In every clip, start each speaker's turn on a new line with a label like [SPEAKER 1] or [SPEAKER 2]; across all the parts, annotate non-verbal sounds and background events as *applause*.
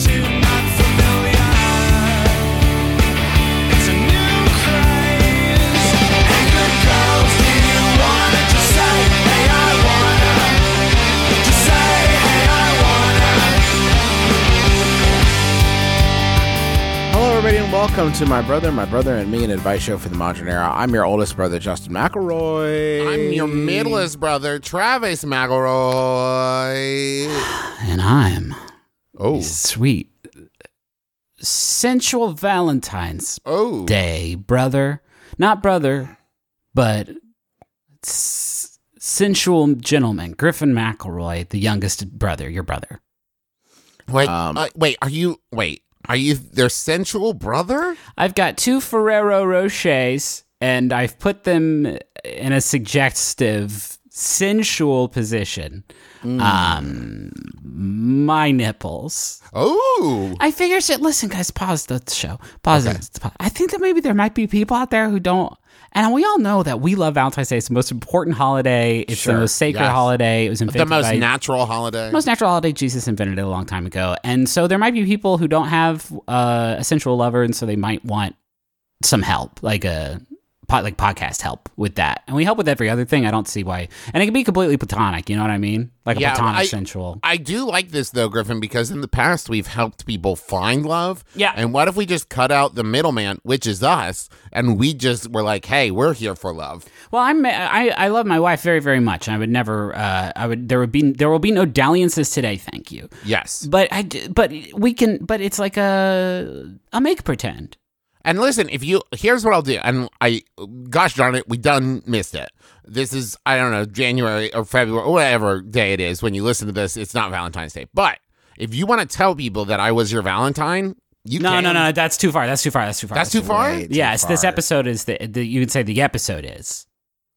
[SPEAKER 1] too not familiar. It's a new craze. Hey, good girls, do you wanna just say, hey, I wanna? Just say, hey, I wanna.
[SPEAKER 2] Hello, everybody, and welcome to my brother, my brother, and me, an advice show for the modern era. I'm your oldest brother, Justin McElroy.
[SPEAKER 3] I'm your middlest brother, Travis McElroy.
[SPEAKER 4] And I'm
[SPEAKER 3] Oh,
[SPEAKER 4] sweet. Sensual Valentine's
[SPEAKER 3] oh,
[SPEAKER 4] Day, brother. Not brother, but s- sensual gentleman, Griffin McElroy, the youngest brother, your brother.
[SPEAKER 3] wait,
[SPEAKER 2] Um,
[SPEAKER 3] uh, wait. Are you wait? Are you their sensual brother?
[SPEAKER 4] I've got two Ferrero Rochers, and I've put them in a suggestive, sensual position. Um, my nipples.
[SPEAKER 3] Oh,
[SPEAKER 4] I figure shit. Listen, guys, pause the show. Pause it. I think that maybe there might be people out there who don't. And we all know that we love Valentine's Day. It's the most important holiday. It's
[SPEAKER 2] Sure,
[SPEAKER 4] the most sacred
[SPEAKER 3] yes.
[SPEAKER 4] holiday. It was
[SPEAKER 3] the
[SPEAKER 4] invented
[SPEAKER 3] most
[SPEAKER 4] by
[SPEAKER 3] natural holiday.
[SPEAKER 4] most natural holiday. Jesus invented it a long time ago. And so there might be people who don't have uh, a sensual lover, and so they might want some help, like a pod, like podcast help with that. And we help with every other thing. I don't see why. And it can be completely platonic. You know what I mean? Like a
[SPEAKER 3] Yeah,
[SPEAKER 4] platonic
[SPEAKER 3] I-
[SPEAKER 4] sensual.
[SPEAKER 3] I do like this though, Griffin, because in the past we've helped people find love.
[SPEAKER 4] Yeah.
[SPEAKER 3] And what if we just cut out the middleman, which is us, and we just were like, hey, we're here for love.
[SPEAKER 4] Well, I'm I, I love my wife very very much. I would never uh, I would there would be there will be no dalliances today. Thank you.
[SPEAKER 3] Yes.
[SPEAKER 4] But I d- but we can but it's like a a make pretend.
[SPEAKER 3] And listen, if you here's what I'll do. And I, gosh darn it, we done missed it. This is I don't know January or February, whatever day it is when you listen to this. It's not Valentine's Day, but if you want to tell people that I was your Valentine, you
[SPEAKER 4] No
[SPEAKER 3] can.
[SPEAKER 4] no no that's too far. That's too far. That's too far.
[SPEAKER 3] That's too far.
[SPEAKER 2] Way too
[SPEAKER 4] Yes, this
[SPEAKER 2] far.
[SPEAKER 4] episode is the, the you can say the episode is.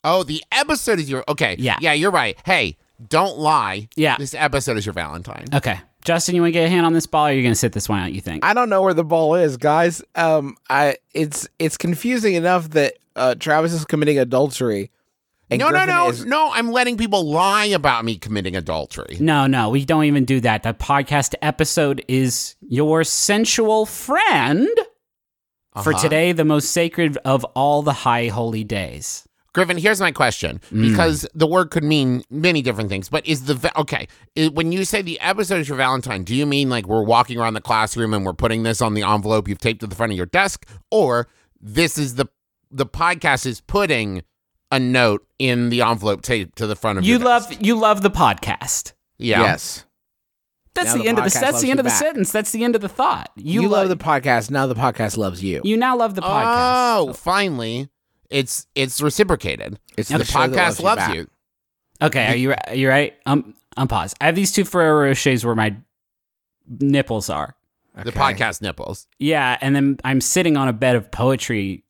[SPEAKER 3] Oh, the episode is your okay.
[SPEAKER 4] Yeah.
[SPEAKER 3] yeah, you're right. Hey, don't lie.
[SPEAKER 4] Yeah.
[SPEAKER 3] this episode is your Valentine.
[SPEAKER 4] Okay. Justin, you want to get a hand on this ball or are you going to sit this one out, you think?
[SPEAKER 2] I don't know where the ball is, guys. Um, I it's it's confusing enough that uh, Travis is committing adultery. and
[SPEAKER 3] no,
[SPEAKER 2] Griffin
[SPEAKER 3] no, no,
[SPEAKER 2] is-
[SPEAKER 3] no. I'm letting people lie about me committing adultery.
[SPEAKER 4] no, no, we don't even do that. The podcast episode is your sensual friend. for
[SPEAKER 3] Uh-huh.
[SPEAKER 4] today, the most sacred of all the high holy days.
[SPEAKER 3] Griffin, here's my question
[SPEAKER 2] Hmm.
[SPEAKER 3] because the word could mean many different things, but is the va- okay i- when you say the episode is your Valentine? Do you mean like we're walking around the classroom and we're putting this on the envelope you've taped to the front of your desk, or this is the the podcast is putting a note in the envelope taped to the front of
[SPEAKER 4] You
[SPEAKER 3] your desk?
[SPEAKER 4] love you love the podcast.
[SPEAKER 3] yeah.
[SPEAKER 2] Yes,
[SPEAKER 4] That's
[SPEAKER 2] Now
[SPEAKER 4] the,
[SPEAKER 2] the
[SPEAKER 4] end of the
[SPEAKER 2] podcast
[SPEAKER 4] that's
[SPEAKER 2] loves
[SPEAKER 4] the
[SPEAKER 2] you
[SPEAKER 4] end of the
[SPEAKER 2] back.
[SPEAKER 4] sentence. That's the end of the thought.
[SPEAKER 2] you,
[SPEAKER 4] You,
[SPEAKER 2] love
[SPEAKER 4] lo-
[SPEAKER 2] the podcast. Now the podcast loves you.
[SPEAKER 4] you now love the podcast.
[SPEAKER 3] Oh, finally, it's it's reciprocated.
[SPEAKER 2] It's
[SPEAKER 3] The,
[SPEAKER 2] show that
[SPEAKER 3] podcast
[SPEAKER 2] loves
[SPEAKER 3] loves
[SPEAKER 2] back.
[SPEAKER 3] you.
[SPEAKER 4] Okay, are you re- are you right? Um, I'm paused. I have these two Ferrero Rochers where my nipples are.
[SPEAKER 3] The
[SPEAKER 2] Okay.
[SPEAKER 3] podcast nipples.
[SPEAKER 4] Yeah, and then I'm sitting on a bed of poetry.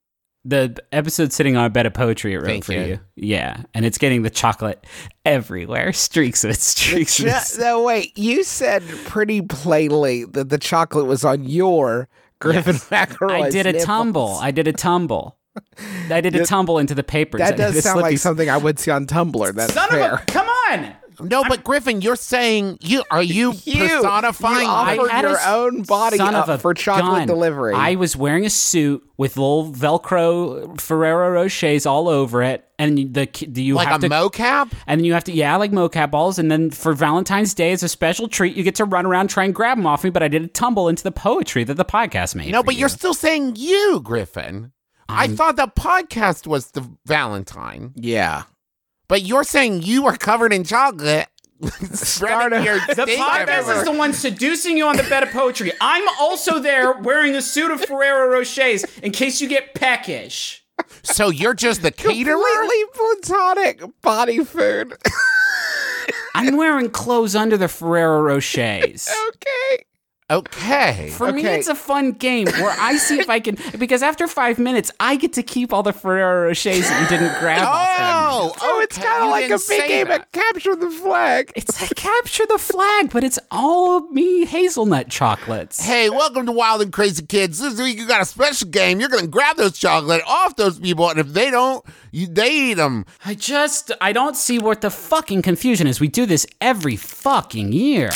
[SPEAKER 4] The episode sitting on a bed of poetry it wrote
[SPEAKER 3] Thank
[SPEAKER 4] for
[SPEAKER 3] you.
[SPEAKER 4] you. Yeah, and it's getting the chocolate everywhere, *laughs* streaks of it, streaks. of it.
[SPEAKER 2] Ju- no, wait. You said pretty plainly that the chocolate was on your Griffin McElroy.
[SPEAKER 4] I did a tumble. I did a tumble. I did a tumble into the papers. I
[SPEAKER 2] That
[SPEAKER 4] did a
[SPEAKER 2] does sound
[SPEAKER 4] slippy
[SPEAKER 2] like
[SPEAKER 4] s-
[SPEAKER 2] something I would see on Tumblr. That's
[SPEAKER 4] Son
[SPEAKER 2] fair.
[SPEAKER 4] of a! Come on!
[SPEAKER 3] No, but Griffin, you're saying you are you,
[SPEAKER 2] You-
[SPEAKER 3] personifying
[SPEAKER 2] you offered
[SPEAKER 4] I had a
[SPEAKER 2] your
[SPEAKER 4] s-
[SPEAKER 2] own body
[SPEAKER 4] son
[SPEAKER 2] up
[SPEAKER 4] of a
[SPEAKER 2] for chocolate
[SPEAKER 4] gun.
[SPEAKER 2] delivery.
[SPEAKER 4] I was wearing a suit with little Velcro Ferrero Rochers all over it, and the ki- do you
[SPEAKER 3] like
[SPEAKER 4] have
[SPEAKER 3] a
[SPEAKER 4] to.
[SPEAKER 3] mocap?
[SPEAKER 4] and then you have to, yeah, like mocap balls. And then for Valentine's Day, as a special treat, you get to run around, try and grab them off me. But I did a tumble into the poetry that the podcast made.
[SPEAKER 3] No,
[SPEAKER 4] for
[SPEAKER 3] but
[SPEAKER 4] you.
[SPEAKER 3] you're still saying you, Griffin. I
[SPEAKER 2] Mm.
[SPEAKER 3] thought the podcast was the Valentine,
[SPEAKER 2] yeah.
[SPEAKER 3] but you're saying you are covered
[SPEAKER 2] *laughs*
[SPEAKER 3] in chocolate. *laughs* Spreading your
[SPEAKER 4] The
[SPEAKER 3] stink
[SPEAKER 4] podcast
[SPEAKER 3] everywhere.
[SPEAKER 4] is the one seducing you on the bed of poetry. I'm also there wearing a suit of Ferrero Rochers in case you get peckish.
[SPEAKER 3] so you're just the caterer.
[SPEAKER 2] Completely platonic body food. *laughs*
[SPEAKER 4] *laughs* I'm wearing clothes under the Ferrero Rochers.
[SPEAKER 2] okay.
[SPEAKER 3] Okay.
[SPEAKER 4] For me,
[SPEAKER 2] Okay.
[SPEAKER 4] it's a fun game where I see if I can *laughs* because after five minutes, I get to keep all the Ferrero Rochers that you didn't grab. off them.
[SPEAKER 3] Oh,
[SPEAKER 2] Oh, it's
[SPEAKER 3] okay.
[SPEAKER 2] kind of
[SPEAKER 3] You
[SPEAKER 2] like a
[SPEAKER 3] didn't
[SPEAKER 2] big
[SPEAKER 3] say
[SPEAKER 2] game
[SPEAKER 3] that.
[SPEAKER 2] at capture the flag.
[SPEAKER 4] It's like capture the flag, but it's all me hazelnut chocolates.
[SPEAKER 3] Hey, welcome to Wild and Crazy Kids. This week you got a special game. You're gonna grab those chocolate off those people, and if they don't, you, they eat them.
[SPEAKER 4] I just I don't see what the fucking confusion is. We do this every fucking year.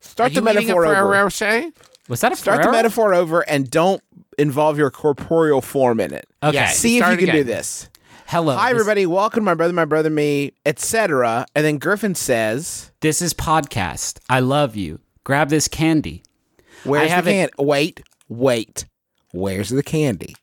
[SPEAKER 2] Start the metaphor
[SPEAKER 3] Ferrero
[SPEAKER 2] over.
[SPEAKER 3] Rocher?
[SPEAKER 4] Was that a
[SPEAKER 2] Start the
[SPEAKER 4] Ferrero?
[SPEAKER 2] metaphor over and don't involve your corporeal form in it.
[SPEAKER 4] Okay.
[SPEAKER 3] Yes.
[SPEAKER 2] See if you
[SPEAKER 3] Start
[SPEAKER 2] can do
[SPEAKER 3] again.
[SPEAKER 2] this.
[SPEAKER 4] Hello.
[SPEAKER 2] Hi,
[SPEAKER 4] this-
[SPEAKER 2] everybody. Welcome, to my brother, my brother, me, etc. And then Griffin says,
[SPEAKER 4] This is podcast. I love you. Grab this candy.
[SPEAKER 2] "Where's the
[SPEAKER 4] haven't-
[SPEAKER 2] candy? Wait, wait. Where's the candy?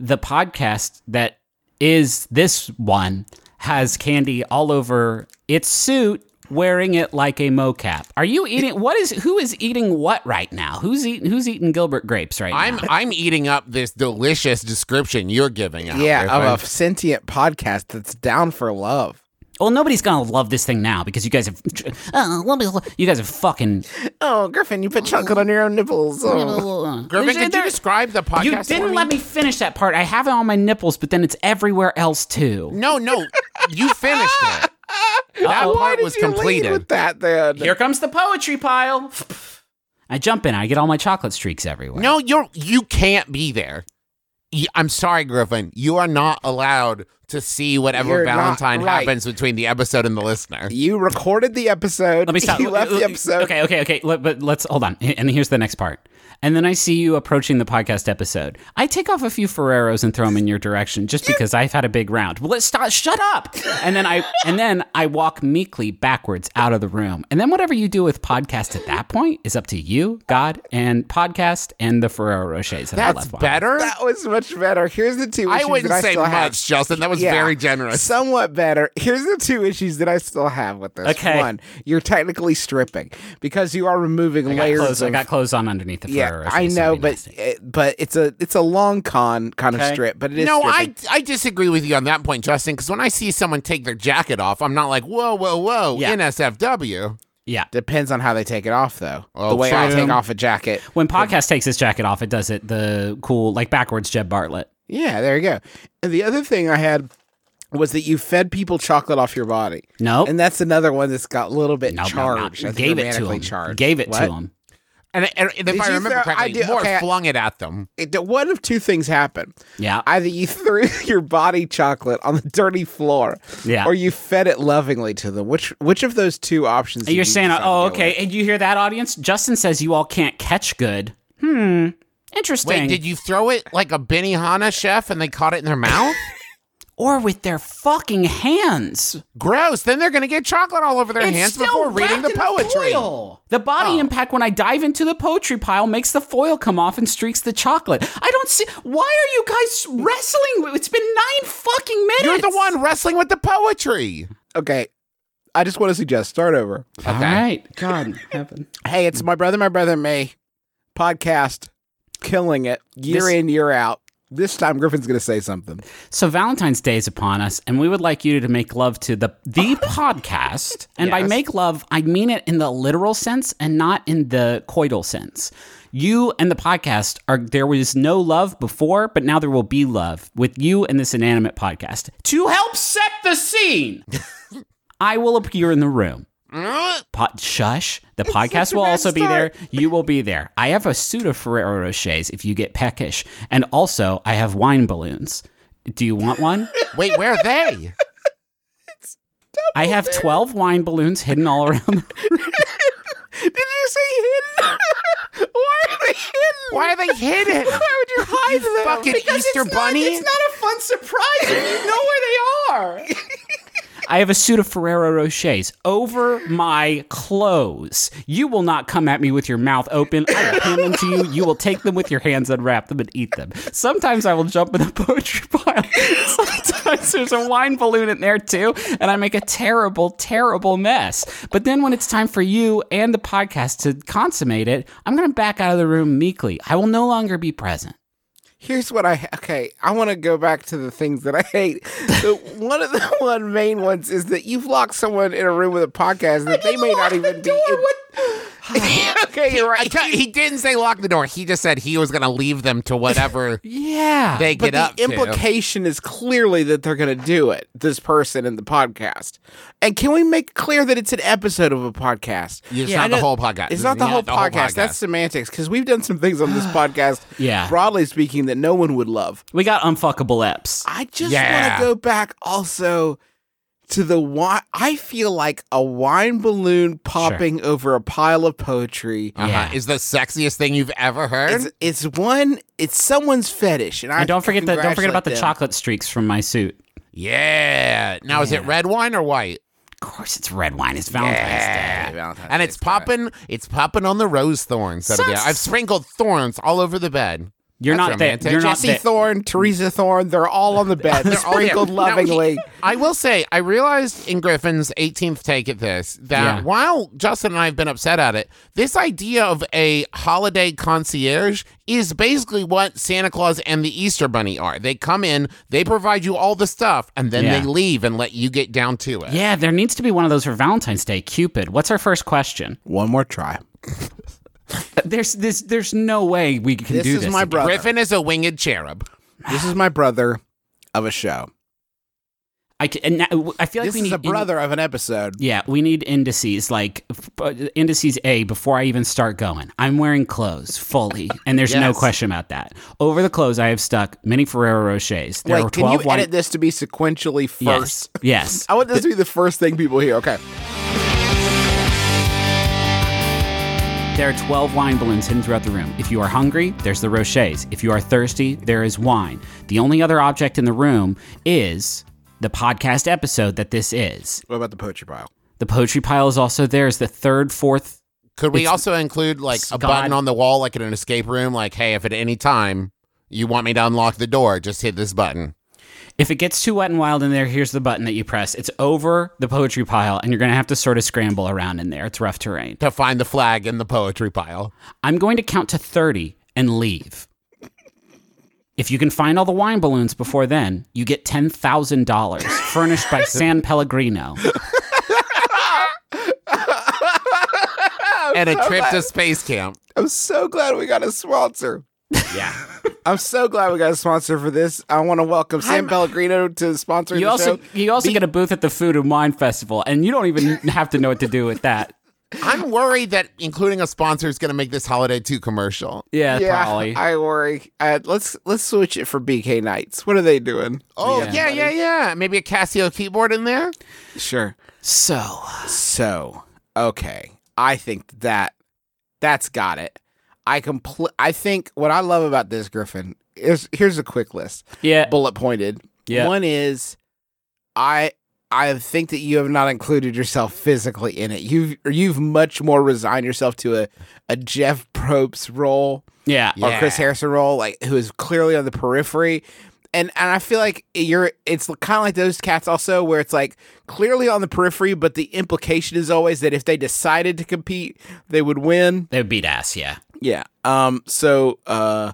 [SPEAKER 4] The podcast that is this one has candy all over its suit, wearing it like a mocap. Are you eating what is who is eating what right now? Who's eating who's eating Gilbert grapes right
[SPEAKER 3] I'm
[SPEAKER 4] now?
[SPEAKER 3] I'm eating up this delicious description you're giving out.
[SPEAKER 2] yeah,
[SPEAKER 3] Griffin.
[SPEAKER 2] of a sentient podcast that's down for love.
[SPEAKER 4] Well, nobody's gonna love this thing now because you guys have uh, let me- you guys have fucking
[SPEAKER 2] Oh, Griffin, you put chocolate on your own nipples. Oh.
[SPEAKER 3] Griffin,
[SPEAKER 4] There's-
[SPEAKER 3] could you
[SPEAKER 4] uh, there-
[SPEAKER 3] describe the podcast?
[SPEAKER 4] You
[SPEAKER 3] for
[SPEAKER 4] didn't
[SPEAKER 3] me?
[SPEAKER 4] let me finish that part. I have it on my nipples, but then it's everywhere else too.
[SPEAKER 3] No, no, you finished
[SPEAKER 2] *laughs*
[SPEAKER 3] it. That
[SPEAKER 4] Uh-oh.
[SPEAKER 2] Why
[SPEAKER 3] part
[SPEAKER 2] did
[SPEAKER 3] was
[SPEAKER 2] you lead
[SPEAKER 3] completed.
[SPEAKER 2] with that then?
[SPEAKER 4] Here comes the poetry pile. I jump in. I get all my chocolate streaks everywhere.
[SPEAKER 3] No, you're you can't be there. Y- I'm sorry, Griffin. You are not allowed to see whatever
[SPEAKER 2] You're not
[SPEAKER 3] Valentine
[SPEAKER 2] right.
[SPEAKER 3] happens between the episode and the listener.
[SPEAKER 2] you recorded the episode. *laughs*
[SPEAKER 4] Let me stop. Uh,
[SPEAKER 2] You left the episode.
[SPEAKER 4] Okay, okay, okay. Let- But let's hold on. And here's the next part. And then I see you approaching the podcast episode. I take off a few Ferreros and throw them in your direction just because I've had a big round. Well, let's stop. Shut up. And then I and then I walk meekly backwards out of the room. And then whatever you do with podcast at that point is up to you, God, and podcast and the Ferrero Rochers that I
[SPEAKER 3] That's
[SPEAKER 4] left behind.
[SPEAKER 3] better.
[SPEAKER 2] That was much better. Here's the two.
[SPEAKER 3] I
[SPEAKER 2] issues
[SPEAKER 3] wouldn't
[SPEAKER 2] that
[SPEAKER 3] say
[SPEAKER 2] still
[SPEAKER 3] much,
[SPEAKER 2] have.
[SPEAKER 3] Justin. That was
[SPEAKER 2] Yeah,
[SPEAKER 3] very generous.
[SPEAKER 2] Somewhat better. Here's the two issues that I still have with this.
[SPEAKER 4] Okay.
[SPEAKER 2] One, you're technically stripping because you are removing layers.
[SPEAKER 4] Clothes, I
[SPEAKER 2] of-
[SPEAKER 4] got clothes on underneath the
[SPEAKER 2] yeah,
[SPEAKER 4] Ferrero Rochers.
[SPEAKER 2] I
[SPEAKER 4] so
[SPEAKER 2] know,
[SPEAKER 4] it'd be
[SPEAKER 2] but
[SPEAKER 4] nasty.
[SPEAKER 2] it, but it's a it's a long con kind of
[SPEAKER 4] Okay.
[SPEAKER 2] strip, but it is
[SPEAKER 3] No, I,
[SPEAKER 2] stripping.
[SPEAKER 3] I disagree with you on that point, Justin, because when I see someone take their jacket off, I'm not like, whoa, whoa, whoa,
[SPEAKER 4] Yeah.
[SPEAKER 3] NSFW.
[SPEAKER 4] yeah.
[SPEAKER 2] depends on how they take it off though.
[SPEAKER 3] Oh,
[SPEAKER 2] the way I
[SPEAKER 3] true.
[SPEAKER 2] take off a jacket.
[SPEAKER 4] When podcast takes his jacket off, it does it the cool like backwards Jeb Bartlett.
[SPEAKER 2] Yeah, there you go. And the other thing I had was that you fed people chocolate off your body.
[SPEAKER 4] Nope.
[SPEAKER 2] And that's another one that's got a little bit
[SPEAKER 4] Nope, nope,
[SPEAKER 2] charged.
[SPEAKER 4] nope.
[SPEAKER 2] I think
[SPEAKER 4] Gave it to
[SPEAKER 2] romantically
[SPEAKER 4] him.
[SPEAKER 2] Charged.
[SPEAKER 4] Gave it
[SPEAKER 2] What?
[SPEAKER 4] to him.
[SPEAKER 3] And, and, and if
[SPEAKER 2] Did
[SPEAKER 3] I
[SPEAKER 2] you
[SPEAKER 3] remember
[SPEAKER 2] throw- I
[SPEAKER 3] correctly,
[SPEAKER 2] do-
[SPEAKER 3] Moore
[SPEAKER 2] okay, I-
[SPEAKER 3] flung it at them.
[SPEAKER 2] It- one of two things happened.
[SPEAKER 4] Yeah.
[SPEAKER 2] Uh, Either you threw *laughs* your body chocolate on the dirty floor,
[SPEAKER 4] Yeah.
[SPEAKER 2] or you fed it lovingly to them. Which which of those two options? did
[SPEAKER 4] You're
[SPEAKER 2] you
[SPEAKER 4] saying,
[SPEAKER 2] decide to
[SPEAKER 4] oh,
[SPEAKER 2] go
[SPEAKER 4] okay.
[SPEAKER 2] with?
[SPEAKER 4] And you hear that, audience? Justin says you all can't catch good. Hmm. Interesting.
[SPEAKER 3] Wait, did you throw it like a Benihana chef and they caught it in
[SPEAKER 2] *laughs*
[SPEAKER 3] their mouth?
[SPEAKER 4] or with their fucking hands.
[SPEAKER 3] Gross. Then they're going to get chocolate all over their
[SPEAKER 4] It's
[SPEAKER 3] hands
[SPEAKER 4] still
[SPEAKER 3] before
[SPEAKER 4] wrapped
[SPEAKER 3] reading the
[SPEAKER 4] in
[SPEAKER 3] poetry. Oh.
[SPEAKER 4] foil. The body impact when I dive into the poetry pile makes the foil come off and streaks the chocolate. I don't see. Why are you guys wrestling? with- It's been nine fucking minutes.
[SPEAKER 3] You're the one wrestling with the poetry.
[SPEAKER 2] okay. I just want to suggest start over.
[SPEAKER 4] All
[SPEAKER 3] Okay.
[SPEAKER 4] right. God, heaven.
[SPEAKER 2] Hey, it's my brother, my brother, me podcast, killing it year
[SPEAKER 4] This-
[SPEAKER 2] in year out. This time Griffin's going to say something.
[SPEAKER 4] So Valentine's Day is upon us, and we would like you to make love to the the podcast. And by
[SPEAKER 2] Yes.
[SPEAKER 4] make love, I mean it in the literal sense and not in the coital sense. You and the podcast are there was no love before, but now there will be love with you and this inanimate podcast. To help set the scene, I will appear in the room. Po- shush. The podcast will also be there. You will be there. I have a suit of Ferrero Rochers if you get peckish. And also, I have wine balloons. Do you want one?
[SPEAKER 3] Wait, where are they?
[SPEAKER 4] I have 12 wine balloons hidden all around.
[SPEAKER 2] Did you say hidden? Why are they hidden?
[SPEAKER 3] Why are
[SPEAKER 2] *laughs*
[SPEAKER 3] they hidden?
[SPEAKER 2] Why would you hide them?
[SPEAKER 3] fucking Easter bunny?
[SPEAKER 2] a fun surprise if you know where they are.
[SPEAKER 4] I have a suit of Ferrero Rochers over my clothes. You will not come at me with your mouth open. I will hand them to you. You will take them with your hands, unwrap them, and eat them. Sometimes I will jump in a poetry *laughs* pile. Sometimes there's a wine balloon in there too, and I make a terrible, terrible mess. But then when it's time for you and the podcast to consummate it, I'm going to back out of the room meekly. I will no longer be present.
[SPEAKER 2] Here's what I okay. I want to go back to the things that I hate. The, one of the one *laughs* main ones is that you've locked someone in a room with a podcast that they may not even be. in- *laughs*
[SPEAKER 3] okay, you're right. he didn't say lock the door. He just said he was going to leave them
[SPEAKER 2] *laughs*
[SPEAKER 3] to whatever
[SPEAKER 2] Yeah.
[SPEAKER 3] They
[SPEAKER 2] but
[SPEAKER 3] get up
[SPEAKER 2] the
[SPEAKER 3] to.
[SPEAKER 2] implication is clearly that they're going to do it, this person in the podcast. And can we make clear that it's an episode of a podcast?
[SPEAKER 3] It's
[SPEAKER 2] I
[SPEAKER 3] not the
[SPEAKER 2] know-
[SPEAKER 3] whole podcast.
[SPEAKER 2] It's not the, whole, podcast. That's semantics because we've done some things on this podcast,
[SPEAKER 4] Yeah.
[SPEAKER 2] broadly speaking, that no one would love.
[SPEAKER 4] We got unfuckable eps.
[SPEAKER 2] I just
[SPEAKER 3] Yeah.
[SPEAKER 2] want to go back also to the wine. I feel like a wine balloon popping over a pile of poetry.
[SPEAKER 3] uh-huh.
[SPEAKER 4] Yeah.
[SPEAKER 3] is the sexiest thing you've ever heard.
[SPEAKER 2] It's, it's one. It's someone's fetish, and, I
[SPEAKER 4] And don't forget the don't forget
[SPEAKER 2] congratulate
[SPEAKER 4] about the
[SPEAKER 2] them.
[SPEAKER 4] chocolate streaks from my suit.
[SPEAKER 3] yeah. Now is it red wine or white?
[SPEAKER 4] Of course, it's red wine. It's Valentine's Day.
[SPEAKER 3] Yeah.
[SPEAKER 2] Valentine's
[SPEAKER 3] and it's
[SPEAKER 2] Day's coming.
[SPEAKER 3] popping. It's popping on the rose thorns. That'll be-
[SPEAKER 4] Sus-
[SPEAKER 3] I've sprinkled thorns all over the bed.
[SPEAKER 4] You're
[SPEAKER 3] That's
[SPEAKER 4] not there.
[SPEAKER 3] romantic.
[SPEAKER 4] You're not
[SPEAKER 2] Jesse
[SPEAKER 4] there.
[SPEAKER 2] Thorne, Teresa Thorne, they're all
[SPEAKER 3] *laughs*
[SPEAKER 2] on the bed,
[SPEAKER 3] all there.
[SPEAKER 2] sprinkled
[SPEAKER 3] Now, he-
[SPEAKER 2] lovingly.
[SPEAKER 3] I will say, I realized in Griffin's 18th take at this that
[SPEAKER 4] Yeah.
[SPEAKER 3] while Justin and I have been upset at it, this idea of a holiday concierge is basically what Santa Claus and the Easter Bunny are. They come in, they provide you all the stuff, and then
[SPEAKER 4] Yeah.
[SPEAKER 3] they leave and let you get down to it.
[SPEAKER 4] Yeah, there needs to be one of those for Valentine's Day. Cupid, what's our first question?
[SPEAKER 2] One more try.
[SPEAKER 4] There's this. There's no way we can
[SPEAKER 2] This
[SPEAKER 4] do
[SPEAKER 2] is
[SPEAKER 4] this.
[SPEAKER 2] my
[SPEAKER 4] again.
[SPEAKER 2] brother.
[SPEAKER 3] Griffin is a winged cherub.
[SPEAKER 2] This is my brother of a show.
[SPEAKER 4] I ca- and now- I feel like
[SPEAKER 2] This
[SPEAKER 4] we need
[SPEAKER 2] is a
[SPEAKER 4] in-
[SPEAKER 2] brother of an episode.
[SPEAKER 4] yeah, we need indices like f- uh, indices A before I even start going. I'm wearing clothes fully, and there's no
[SPEAKER 3] Yes.
[SPEAKER 4] question about that. Over the clothes, I have stuck many Ferrero Rochers. There are
[SPEAKER 2] Like, can you
[SPEAKER 4] twelve white.
[SPEAKER 2] edit this to be sequentially
[SPEAKER 4] yes,
[SPEAKER 2] first?
[SPEAKER 4] yes.
[SPEAKER 2] I want this to be the first thing people hear. Okay.
[SPEAKER 4] There are 12 wine balloons hidden throughout the room. If you are hungry, there's the rochets. If you are thirsty, there is wine. The only other object in the room is the podcast episode that this is.
[SPEAKER 2] What about the poetry pile?
[SPEAKER 4] The poetry pile is also there. Is the third, fourth.
[SPEAKER 3] Could we also include like a
[SPEAKER 4] Scott-
[SPEAKER 3] button on the wall, like in an escape room? Like, hey, if at any time you want me to unlock the door, just hit this button.
[SPEAKER 4] If it gets too wet and wild in there, here's the button that you press. It's over the poetry pile, and you're going to have to sort of scramble around in there. It's rough terrain.
[SPEAKER 3] to find the flag in the poetry pile.
[SPEAKER 4] I'm going to count to 30 and leave. If you can find all the wine balloons before then, you get $10,000 furnished by San Pellegrino.
[SPEAKER 3] and a trip to space camp.
[SPEAKER 2] I'm so glad we got a sponsor.
[SPEAKER 3] Yeah.
[SPEAKER 2] *laughs* I'm so glad we got a sponsor for this. I want to welcome Sam Pellegrino to sponsoring
[SPEAKER 4] You
[SPEAKER 2] the
[SPEAKER 4] also
[SPEAKER 2] show.
[SPEAKER 4] you also get a booth at the Food and Wine Festival, and you don't even *laughs* have to know what to do with that.
[SPEAKER 3] I'm worried that including a sponsor is going to make this holiday too commercial.
[SPEAKER 4] Yeah,
[SPEAKER 2] yeah, *laughs*
[SPEAKER 4] probably.
[SPEAKER 2] I worry. Uh, let's let's switch it for BK Nights. What are they doing?
[SPEAKER 3] Oh, yeah, yeah, yeah. Maybe a Casio keyboard in there?
[SPEAKER 2] Sure.
[SPEAKER 4] so
[SPEAKER 2] So, okay. I think that that's got it. I compl- I think what I love about this Griffin is here's a quick list.
[SPEAKER 4] yeah,
[SPEAKER 2] Bullet pointed.
[SPEAKER 4] Yeah.
[SPEAKER 2] One is I I think that you have not included yourself physically in it. You've or you've much more resigned yourself to a, a Jeff Probst role
[SPEAKER 4] yeah,
[SPEAKER 3] Yeah.
[SPEAKER 2] or Chris Harrison role, like who is clearly on the periphery. And and I feel like you're it's kind of like those cats also where it's like clearly on the periphery, but the implication is always that if they decided to compete, they would win.
[SPEAKER 4] they would beat ass. Yeah,
[SPEAKER 2] Yeah. Um. So uh,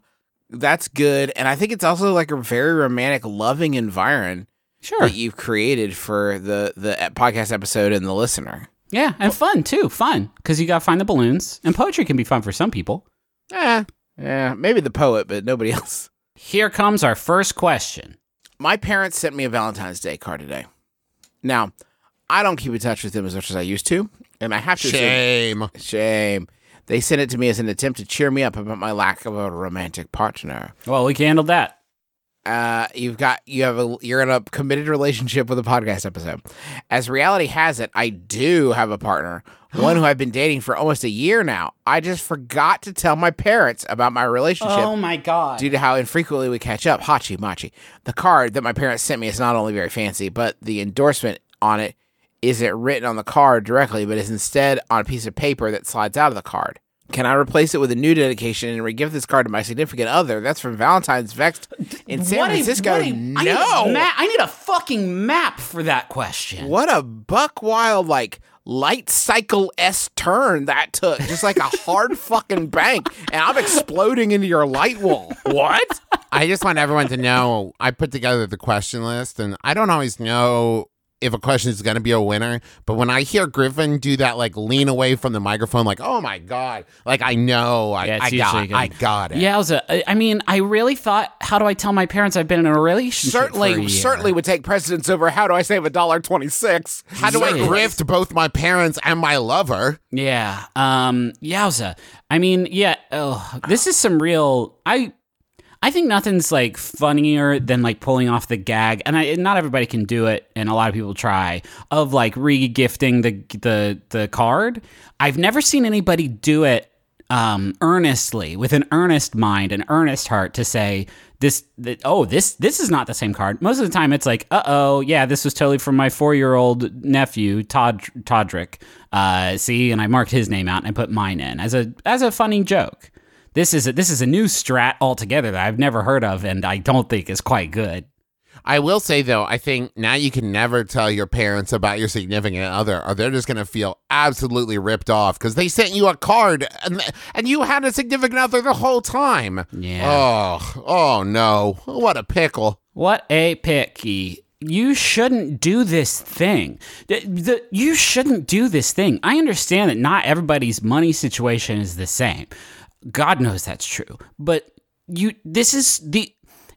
[SPEAKER 2] that's good. And I think it's also like a very romantic, loving environment
[SPEAKER 4] sure,
[SPEAKER 2] that you've created for the the e, podcast episode and the listener.
[SPEAKER 4] yeah, and fun too, fun because you got to find the balloons, and poetry can be fun for some people.
[SPEAKER 2] Yeah. Yeah. Maybe the poet, but nobody *laughs* else.
[SPEAKER 4] Here comes our first question.
[SPEAKER 2] my parents sent me a Valentine's Day card today. Now, I don't keep in touch with them as much as I used to, and I have to say,
[SPEAKER 3] Shame.
[SPEAKER 2] shame. They sent it to me as an attempt to cheer me up about my lack of a romantic partner.
[SPEAKER 4] Well, we can handle that.
[SPEAKER 2] Uh, you've got you have a you're in a committed relationship with a podcast episode. As reality has it, I do have a partner, one who I've been dating for almost a year now. I just forgot to tell my parents about my relationship
[SPEAKER 4] Oh my god,
[SPEAKER 2] due to how infrequently we catch up. Hachi Machi. The card that my parents sent me is not only very fancy, but the endorsement on it isn't written on the card directly, but is instead on a piece of paper that slides out of the card. Can I replace it with a new dedication and re-give this card to my significant other? That's from Valentine's Vexed in San Francisco.
[SPEAKER 4] I
[SPEAKER 2] no,
[SPEAKER 4] need, a ma- I need a fucking map for that question.
[SPEAKER 2] what a buck wild like light cycle s turn that took, just like a
[SPEAKER 4] *laughs*
[SPEAKER 2] hard fucking bank, and I'm exploding into your light wall. What?
[SPEAKER 3] I just want everyone to know I put together the question list and I don't always know if a question is going to be a winner. But when I hear Griffin do that, like lean away from the microphone, like, oh my God, like I know, I,
[SPEAKER 4] Yeah, it's
[SPEAKER 3] I, got,
[SPEAKER 4] usually good.
[SPEAKER 3] I got it.
[SPEAKER 4] Yeah, I was a- I I mean, I really thought, how do I tell my parents I've been in a relationship? for a
[SPEAKER 2] certainly
[SPEAKER 4] year?
[SPEAKER 2] certainly would take precedence over how do I save a dollar twenty six?
[SPEAKER 3] How do I
[SPEAKER 4] Yes.
[SPEAKER 3] grift both my parents and my lover?
[SPEAKER 4] Yeah. Um. Yowza. I mean, yeah. Oh, this is some real. I. I think nothing's like funnier than like pulling off the gag, and I, and not everybody can do it, and a lot of people try of like re-gifting the the the card. I've never seen anybody do it um, earnestly with an earnest mind, an earnest heart to say this. That, oh, this this is not the same card. Most of the time, it's like, uh oh, yeah, this was totally from my four year old nephew Todd Todrick. Uh, see, and I marked his name out and I put mine in as a as a funny joke. This is a, this is a new strat altogether that I've never heard of, and I don't think is quite good.
[SPEAKER 3] I will say though, I think now you can never tell your parents about your significant other, or they're just gonna feel absolutely ripped off because they sent you a card and and you had a significant other the whole time.
[SPEAKER 4] Yeah.
[SPEAKER 3] Oh, oh no! What a pickle!
[SPEAKER 4] What a picky. You shouldn't do this thing. Th- the- you shouldn't do this thing. I understand that not everybody's money situation is the same. God knows that's true. But you this is the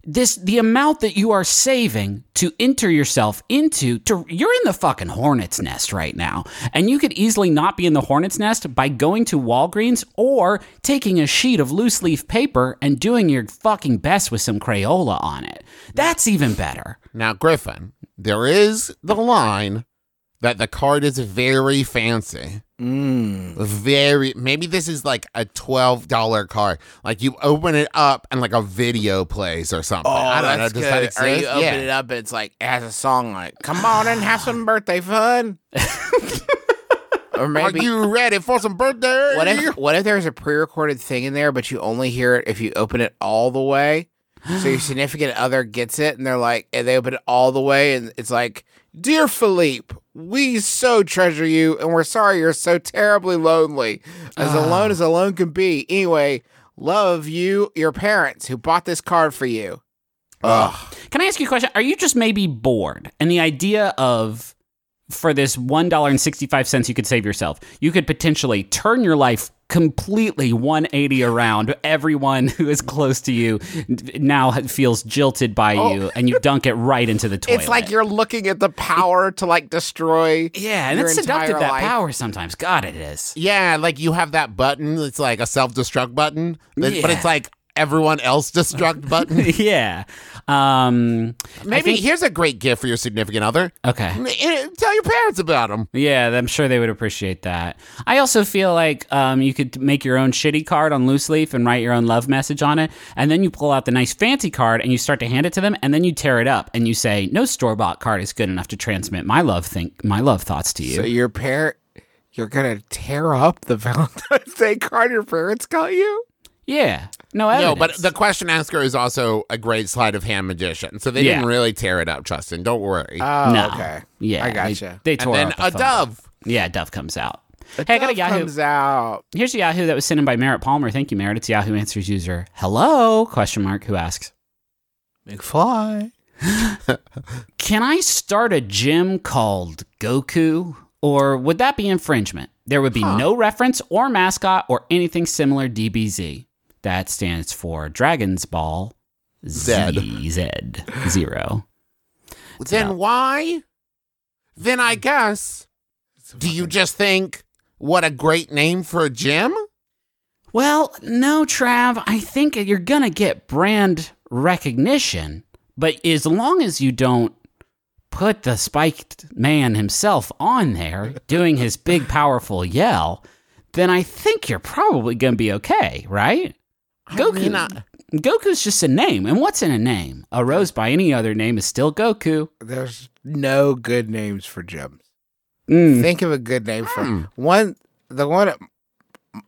[SPEAKER 4] this the amount that you are saving to enter yourself into to you're in the fucking hornet's nest right now and you could easily not be in the hornet's nest by going to Walgreens or taking a sheet of loose leaf paper and doing your fucking best with some Crayola on it that's even better
[SPEAKER 3] Now, Griffin, there is the line that the card is very fancy. Very. Maybe this is like a twelve dollar card. Like you open it up and like a video plays or something.
[SPEAKER 2] Oh,
[SPEAKER 3] I don't know. Does that exist?
[SPEAKER 2] Or you open
[SPEAKER 3] yeah.
[SPEAKER 2] it up and it's like it has a song like "Come on and have some birthday fun," *laughs* or maybe
[SPEAKER 3] Are you ready for some birthday?
[SPEAKER 2] what if what if there's a pre-recorded thing in there, but you only hear it if you open it all the way? So *gasps* your significant other gets it, and they're like, and they open it all the way, and it's like, "Dear Philippe, we so treasure you, and we're sorry you're so terribly lonely, as alone as alone can be." Anyway, love you, your parents who bought this card for you.
[SPEAKER 4] Can I ask you a question? Are you just maybe bored? And the idea of for this one dollar and sixty five cents you could save yourself, you could potentially turn your life completely 180 around everyone *laughs* who is close to you now feels jilted by you and you dunk it right into the toilet
[SPEAKER 2] Oh. *laughs* It's like you're looking at the power to like destroy.
[SPEAKER 4] yeah and
[SPEAKER 2] your
[SPEAKER 4] it's seductive
[SPEAKER 2] entire
[SPEAKER 4] that
[SPEAKER 2] life.
[SPEAKER 4] power sometimes god it is *laughs*
[SPEAKER 3] Yeah, like you have that button. It's like a self destruct button, but
[SPEAKER 4] Yeah.
[SPEAKER 3] but it's like everyone else destruct button.
[SPEAKER 4] yeah um
[SPEAKER 3] Maybe here's a great gift for your significant other.
[SPEAKER 4] okay
[SPEAKER 3] Eh, Tell your parents about them.
[SPEAKER 4] Yeah, I'm sure they would appreciate that. I also feel like um, you could make your own shitty card on loose leaf and write your own love message on it, and then you pull out the nice fancy card and you start to hand it to them, and then you tear it up and you say, "No store bought card is good enough to transmit my love think my love thoughts to you."
[SPEAKER 2] So your parent, you're gonna tear up the Valentine's *laughs* Day card your parents got you.
[SPEAKER 4] yeah, no
[SPEAKER 3] No,
[SPEAKER 4] evidence.
[SPEAKER 3] but the question asker is also a great sleight of hand magician, so they
[SPEAKER 4] Yeah.
[SPEAKER 3] didn't really tear it up, Justin. Don't worry.
[SPEAKER 2] Oh,
[SPEAKER 4] No.
[SPEAKER 2] okay.
[SPEAKER 4] yeah,
[SPEAKER 2] I
[SPEAKER 4] they-
[SPEAKER 2] gotcha.
[SPEAKER 4] They,
[SPEAKER 3] and
[SPEAKER 4] tore
[SPEAKER 3] then
[SPEAKER 4] up the
[SPEAKER 3] a
[SPEAKER 4] phone.
[SPEAKER 3] dove.
[SPEAKER 4] Yeah, Dove comes out. hey, I got a
[SPEAKER 2] Stuff
[SPEAKER 4] Yahoo.
[SPEAKER 2] comes out.
[SPEAKER 4] Here's a Yahoo that was sent in by Merritt Palmer. Thank you, Merritt. It's Yahoo Answers user. Hello? Question mark. Who asks?
[SPEAKER 2] McFly.
[SPEAKER 4] Can I start a gym called Goku? Or would that be infringement? There would be no reference or mascot or anything similar DBZ. That stands for Dragon's Ball
[SPEAKER 3] Zed.
[SPEAKER 4] Z Zed Zero.
[SPEAKER 3] Then
[SPEAKER 4] Yeah.
[SPEAKER 3] why? Then I guess. Do you just think what a great name for a gym?
[SPEAKER 4] Well, no, Trav. I think you're going to get brand recognition, but as long as you don't put the spiked man himself on there doing his big, powerful yell, then I think you're probably going to be okay, right? Goku.
[SPEAKER 3] I mean, I-
[SPEAKER 4] Goku's just a name. And what's in a name? A rose by any other name is still Goku.
[SPEAKER 2] There's no good names for gyms.
[SPEAKER 4] Mm.
[SPEAKER 2] Think of a good name for
[SPEAKER 3] Hmm.
[SPEAKER 2] one. The one,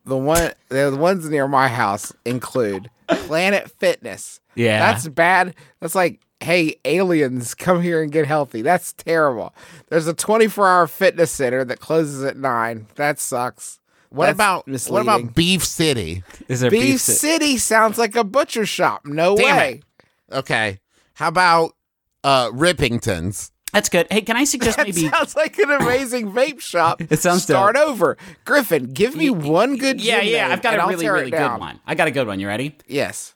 [SPEAKER 2] the one, the ones near my house include Planet Fitness.
[SPEAKER 4] Yeah.
[SPEAKER 2] That's bad. That's like, hey, aliens, come here and get healthy. That's terrible. There's a 24 hour fitness center that closes at nine. That sucks.
[SPEAKER 3] what
[SPEAKER 2] That's
[SPEAKER 3] about
[SPEAKER 2] misleading.
[SPEAKER 3] what about Beef City?
[SPEAKER 4] is there
[SPEAKER 2] Beef, City? Sounds like a butcher shop. No
[SPEAKER 3] Damn
[SPEAKER 2] way.
[SPEAKER 3] Okay. How about uh Rippingtons?
[SPEAKER 4] That's good. Hey, can I suggest maybe?
[SPEAKER 2] Sounds like an amazing vape shop.
[SPEAKER 4] *laughs* It sounds dope.
[SPEAKER 2] Start over, Griffin. Give me one good.
[SPEAKER 4] Yeah,
[SPEAKER 2] gym
[SPEAKER 4] yeah.
[SPEAKER 2] name
[SPEAKER 4] I've got
[SPEAKER 2] and
[SPEAKER 4] a
[SPEAKER 2] I'll
[SPEAKER 4] really,
[SPEAKER 2] tear it
[SPEAKER 4] really good
[SPEAKER 2] down.
[SPEAKER 4] one. I got a good one. You ready?
[SPEAKER 2] Yes.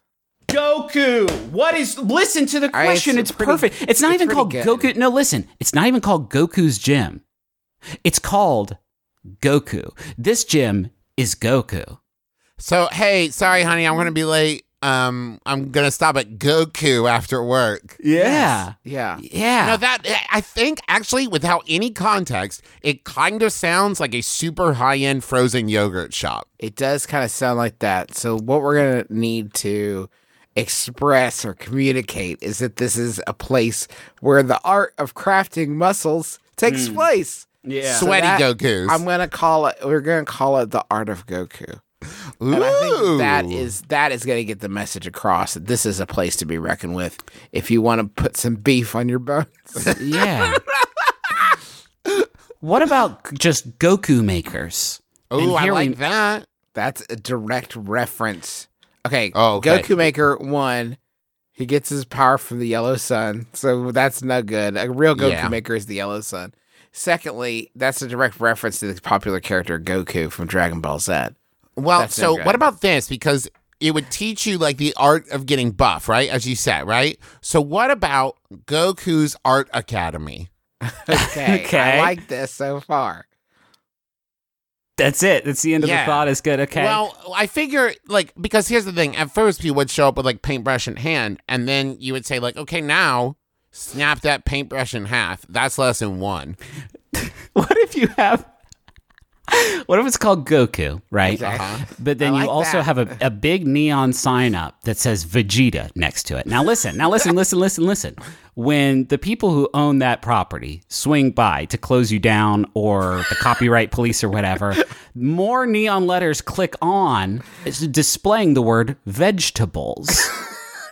[SPEAKER 4] Goku. What is? Listen to the
[SPEAKER 2] I- it's
[SPEAKER 4] question. it's
[SPEAKER 2] pretty-
[SPEAKER 4] perfect. It's not
[SPEAKER 2] it's
[SPEAKER 4] even
[SPEAKER 2] pretty
[SPEAKER 4] called
[SPEAKER 2] good.
[SPEAKER 4] Goku. No, listen. It's not even called Goku's gym. It's called Goku. This gym is Goku.
[SPEAKER 3] So hey, sorry, honey, I'm gonna be late. Um, I'm gonna stop at Goku after work.
[SPEAKER 4] Yeah.
[SPEAKER 2] Yeah.
[SPEAKER 4] Yeah.
[SPEAKER 3] No, that I- I think actually, without any context, it kind of sounds like a super high-end frozen yogurt shop.
[SPEAKER 2] It does kind of sound like that. So what we're gonna need to express or communicate is that this is a place where the art of crafting muscles takes place.
[SPEAKER 4] yeah.
[SPEAKER 2] So
[SPEAKER 3] Sweaty
[SPEAKER 2] that-
[SPEAKER 3] Goku's.
[SPEAKER 2] I'm gonna call it. We're gonna call it the art of Goku. And I think that
[SPEAKER 3] Ooh.
[SPEAKER 2] is that is going to get the message across that this is a place to be reckoned with if you want to put some beef on your bones.
[SPEAKER 4] Yeah. what about just Goku makers?
[SPEAKER 3] Ooh, I
[SPEAKER 4] here we-
[SPEAKER 3] like that.
[SPEAKER 2] That's a direct reference. Okay,
[SPEAKER 3] Oh, okay.
[SPEAKER 2] Goku Maker one, he gets his power from the yellow sun, so that's no good. A real Goku
[SPEAKER 3] Yeah.
[SPEAKER 2] Maker is the yellow sun. Secondly, that's a direct reference to the popular character Goku from Dragon Ball Z.
[SPEAKER 3] Well,
[SPEAKER 2] That's
[SPEAKER 3] so
[SPEAKER 2] okay.
[SPEAKER 3] what about this? Because it would teach you like the art of getting buff, right? As you said, right? So what about Goku's Art Academy?
[SPEAKER 2] Okay,
[SPEAKER 4] Okay.
[SPEAKER 2] I like this so far.
[SPEAKER 4] That's it. That's the end
[SPEAKER 3] Yeah.
[SPEAKER 4] It's good. Okay.
[SPEAKER 3] Well, I figure like because here's the thing. At first, you would show up with like paintbrush in hand, and then you would say like, "Okay, now snap that paintbrush in half." That's lesson one.
[SPEAKER 4] *laughs* what if you have? What if it's called Goku, right? Uh-huh.
[SPEAKER 2] Okay.
[SPEAKER 4] But then
[SPEAKER 2] I
[SPEAKER 4] you
[SPEAKER 2] like
[SPEAKER 4] also
[SPEAKER 2] that.
[SPEAKER 4] have a, a big neon sign up that says Vegeta next to it. Now listen, now listen, listen, listen, listen. When the people who own that property swing by to close you down or the copyright police or whatever, more neon letters click on it's displaying the word vegetables. *laughs*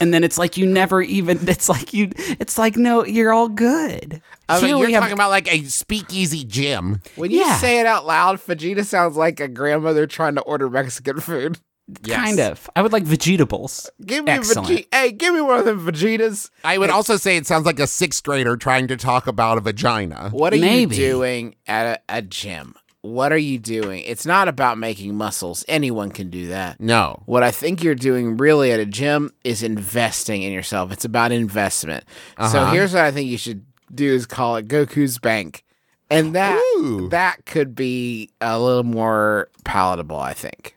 [SPEAKER 4] And then it's like you never even. It's like you. It's like no, you're all good.
[SPEAKER 3] So
[SPEAKER 4] Here
[SPEAKER 3] you're
[SPEAKER 4] we have
[SPEAKER 3] talking about like a speakeasy gym.
[SPEAKER 2] When you
[SPEAKER 4] Yeah.
[SPEAKER 2] say it out loud, Vegeta sounds like a grandmother trying to order Mexican food.
[SPEAKER 4] kind of. I would like vegetables.
[SPEAKER 2] Give me a
[SPEAKER 4] Excellent.
[SPEAKER 2] Vegeta. Hey, give me one of them Vegetas.
[SPEAKER 3] I would also say it sounds like a sixth grader trying to talk about a vagina.
[SPEAKER 2] What are
[SPEAKER 4] Maybe.
[SPEAKER 2] you doing at a, a gym? What are you doing? It's not about making muscles. Anyone can do that.
[SPEAKER 3] No.
[SPEAKER 2] What I think you're doing really at a gym is investing in yourself. It's about investment. So
[SPEAKER 3] Uh-huh.
[SPEAKER 2] here's what I think you should do is call it Goku's Bank. And that
[SPEAKER 3] Ooh.
[SPEAKER 2] that could be a little more palatable, I think.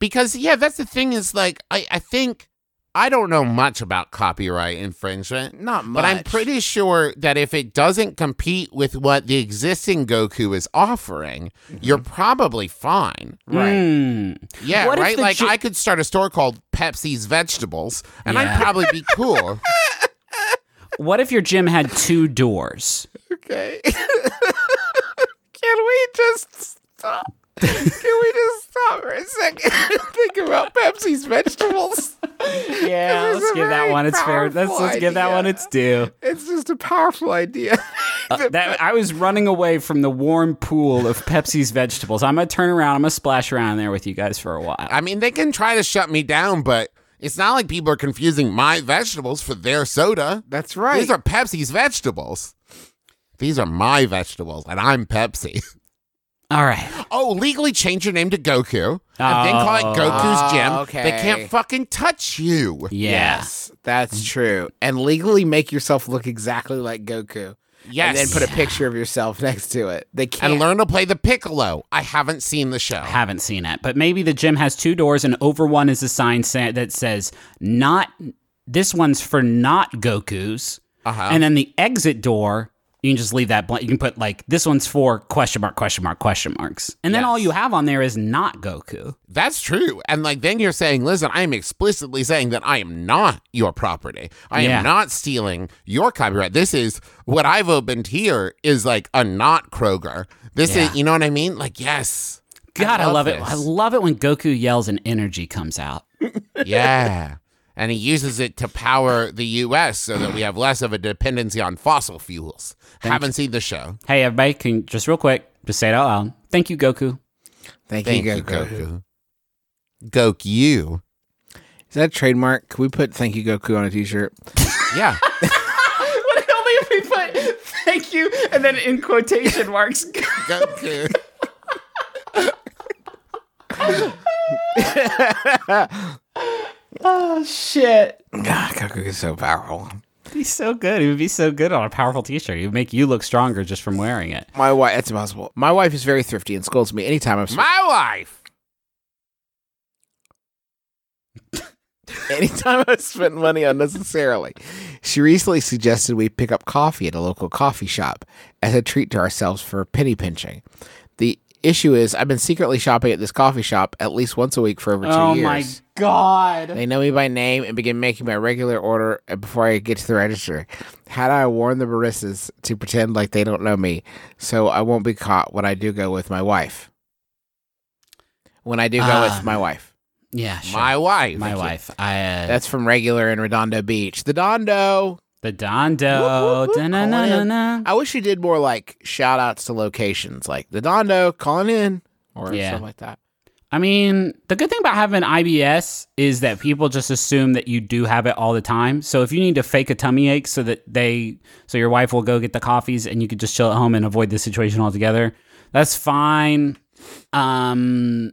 [SPEAKER 3] because yeah that's the thing is like i, I think i don't know much about copyright infringement
[SPEAKER 2] Not much.
[SPEAKER 3] but i'm pretty sure that if it doesn't compete with what the existing goku is offering
[SPEAKER 4] Mm-hmm.
[SPEAKER 3] you're probably fine
[SPEAKER 2] right.
[SPEAKER 4] Mm.
[SPEAKER 3] yeah
[SPEAKER 4] What if
[SPEAKER 3] right
[SPEAKER 4] the
[SPEAKER 3] like
[SPEAKER 4] ju-
[SPEAKER 3] i could start a store called pepsi's vegetables and
[SPEAKER 4] Yeah.
[SPEAKER 3] i'd probably
[SPEAKER 4] *laughs*
[SPEAKER 3] be cool
[SPEAKER 4] What if your gym had two doors?
[SPEAKER 2] Okay. *laughs* Can we just stop? Can we just stop for a second and think about Pepsi's vegetables?
[SPEAKER 4] *laughs* Yeah,
[SPEAKER 2] This is
[SPEAKER 4] let's
[SPEAKER 2] a
[SPEAKER 4] give that
[SPEAKER 2] very
[SPEAKER 4] one its fair. Let's
[SPEAKER 2] powerful
[SPEAKER 4] let's give that one
[SPEAKER 2] idea. *laughs*
[SPEAKER 4] its due.
[SPEAKER 2] It's just a powerful idea.
[SPEAKER 4] Uh, that I was running away from the warm pool of Pepsi's vegetables. I'm gonna turn around. I'm gonna splash around in there with you guys for a while.
[SPEAKER 3] i mean they can try to shut me down but it's not like people are confusing my vegetables for their soda
[SPEAKER 2] That's right.
[SPEAKER 3] These are Pepsi's vegetables. These are my vegetables, and I'm Pepsi. *laughs*
[SPEAKER 4] All right.
[SPEAKER 3] Oh, legally change your name to Goku and then call it
[SPEAKER 4] Oh.
[SPEAKER 3] Goku's Gym.
[SPEAKER 2] Oh, okay.
[SPEAKER 3] They can't fucking touch you.
[SPEAKER 4] Yeah.
[SPEAKER 2] Yes, that's true. And legally make yourself look exactly like Goku.
[SPEAKER 3] Yes.
[SPEAKER 2] And then put a picture of yourself next to it. They can't.
[SPEAKER 3] And learn to play the Piccolo. I haven't seen the show.
[SPEAKER 4] I haven't seen it, but maybe the gym has two doors, and over one is a sign sa- that says "Not." This one's for not Goku's,
[SPEAKER 3] Uh-huh.
[SPEAKER 4] and then the exit door. You can just leave that blank. You can put like this one's for question mark question mark question marks, and then all you have on there is not Goku.
[SPEAKER 3] That's true. And like then you're saying, listen, I am explicitly saying that I am not your property. I
[SPEAKER 4] Yeah.
[SPEAKER 3] am not stealing your copyright. This is what I've opened here is like a not Kroger. This
[SPEAKER 4] Yeah.
[SPEAKER 3] is you know what I mean? Like, yes.
[SPEAKER 4] God, I love, it.
[SPEAKER 3] this.
[SPEAKER 4] I love it when Goku yells and energy comes out.
[SPEAKER 3] yeah. And he uses it to power the U.S. so that we have less of a dependency on fossil fuels. Haven't seen the show.
[SPEAKER 4] Hey, everybody, can you- just real quick, just say it out loud. Thank you, *laughs* Goku.
[SPEAKER 2] Thank,
[SPEAKER 3] Thank
[SPEAKER 2] you,
[SPEAKER 3] you,
[SPEAKER 2] Goku.
[SPEAKER 3] Goku. Goku. you.
[SPEAKER 2] Is that a trademark? Can we put Thank you, Goku on a t shirt?
[SPEAKER 3] Yeah.
[SPEAKER 4] Would it help me if we put thank you, and then in quotation marks.
[SPEAKER 2] *laughs*
[SPEAKER 3] Okay.
[SPEAKER 4] oh shit!
[SPEAKER 2] *sighs* God, Goku is so powerful.
[SPEAKER 4] He's so good. He would be so good on a powerful T-shirt. He would make you look stronger just from wearing it.
[SPEAKER 2] My wife, that's impossible. My wife is very thrifty and scolds me anytime I'm
[SPEAKER 3] My wife.
[SPEAKER 2] anytime I spend money unnecessarily. She recently suggested we pick up coffee at a local coffee shop as a treat to ourselves for penny pinching. The issue is, I've been secretly shopping at this coffee shop at least once a week for over two
[SPEAKER 4] Oh
[SPEAKER 2] years.
[SPEAKER 4] my god!
[SPEAKER 2] They know me by name and begin making my regular order before I get to the register. Had I warned the baristas to pretend like they don't know me, so I won't be caught when I do go with my wife. When I do go
[SPEAKER 4] Ah.
[SPEAKER 2] with my wife.
[SPEAKER 4] Yeah, sure.
[SPEAKER 3] My wife.
[SPEAKER 4] my wife. I uh,
[SPEAKER 2] That's from regular in Redondo Beach. The Dondo.
[SPEAKER 4] the Dondo.
[SPEAKER 2] Whoop, whoop, whoop.
[SPEAKER 4] Da-na-na-na-na.
[SPEAKER 2] I wish you did more like shout outs to locations, like the Dondo calling in or
[SPEAKER 4] Yeah.
[SPEAKER 2] something like that.
[SPEAKER 4] I mean, the good thing about having IBS is that people just assume that you do have it all the time. So if you need to fake a tummy ache so that they, so your wife will go get the coffees and you could just chill at home and avoid this situation altogether, that's fine. Um,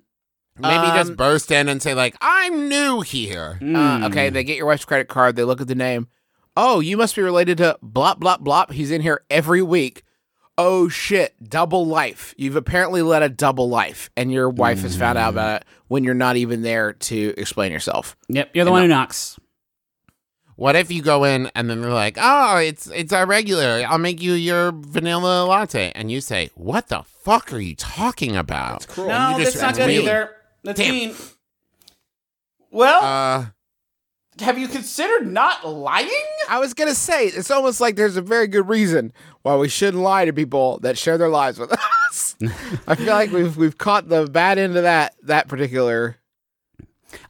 [SPEAKER 3] Maybe just
[SPEAKER 2] Um,
[SPEAKER 3] burst in and say like, "I'm new here."
[SPEAKER 2] Uh, okay, they get your wife's credit card. They look at the name. Oh, you must be related to blop blop blop. He's in here every week. Oh shit, double life. You've apparently led a double life, and your wife has found out about it when you're not even there to explain yourself.
[SPEAKER 4] yep, you're the one who knocks.
[SPEAKER 3] What if you go in and then they're like, "Oh, it's it's our regular. I'll make you your vanilla latte," and you say, "What the fuck are you talking about?" That's cruel.
[SPEAKER 4] No, that's not good
[SPEAKER 3] really-
[SPEAKER 4] either. That's
[SPEAKER 3] Damn.
[SPEAKER 4] mean. Well,
[SPEAKER 3] Uh,
[SPEAKER 4] have you considered not lying?
[SPEAKER 2] I was gonna say it's almost like there's a very good reason why we shouldn't lie to people that share their lives with *laughs* us. I feel like we've we've caught the bad end of that that particular.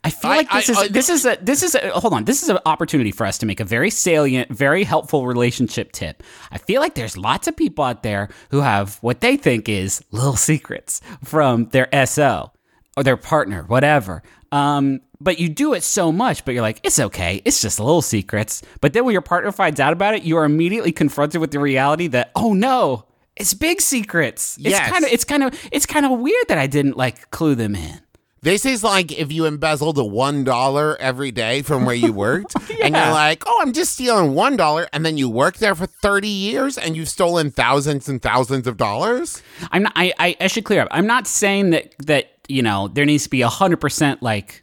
[SPEAKER 4] I feel
[SPEAKER 3] I-
[SPEAKER 4] like this
[SPEAKER 3] I-
[SPEAKER 4] is
[SPEAKER 3] I-
[SPEAKER 4] this is a this is a hold on this is an opportunity for us to make a very salient, very helpful relationship tip. I feel like there's lots of people out there who have what they think is little secrets from their SO or their partner, whatever. Um, but you do it so much, but you're like, it's okay, it's just little secrets. But then when your partner finds out about it, you are immediately confronted with the reality that oh no, it's big secrets.
[SPEAKER 3] Yes.
[SPEAKER 4] It's kind of it's kind of it's kind of weird that I didn't like clue them in.
[SPEAKER 3] This is like if you embezzled a one dollar every day from where
[SPEAKER 2] *laughs*
[SPEAKER 3] you worked, and you're like, "Oh, I'm just stealing one dollar," and then you work there for thirty years and you've stolen thousands and thousands of dollars.
[SPEAKER 4] I'm not. I, I, I should clear up. I'm not saying that that you know there needs to be a hundred percent like.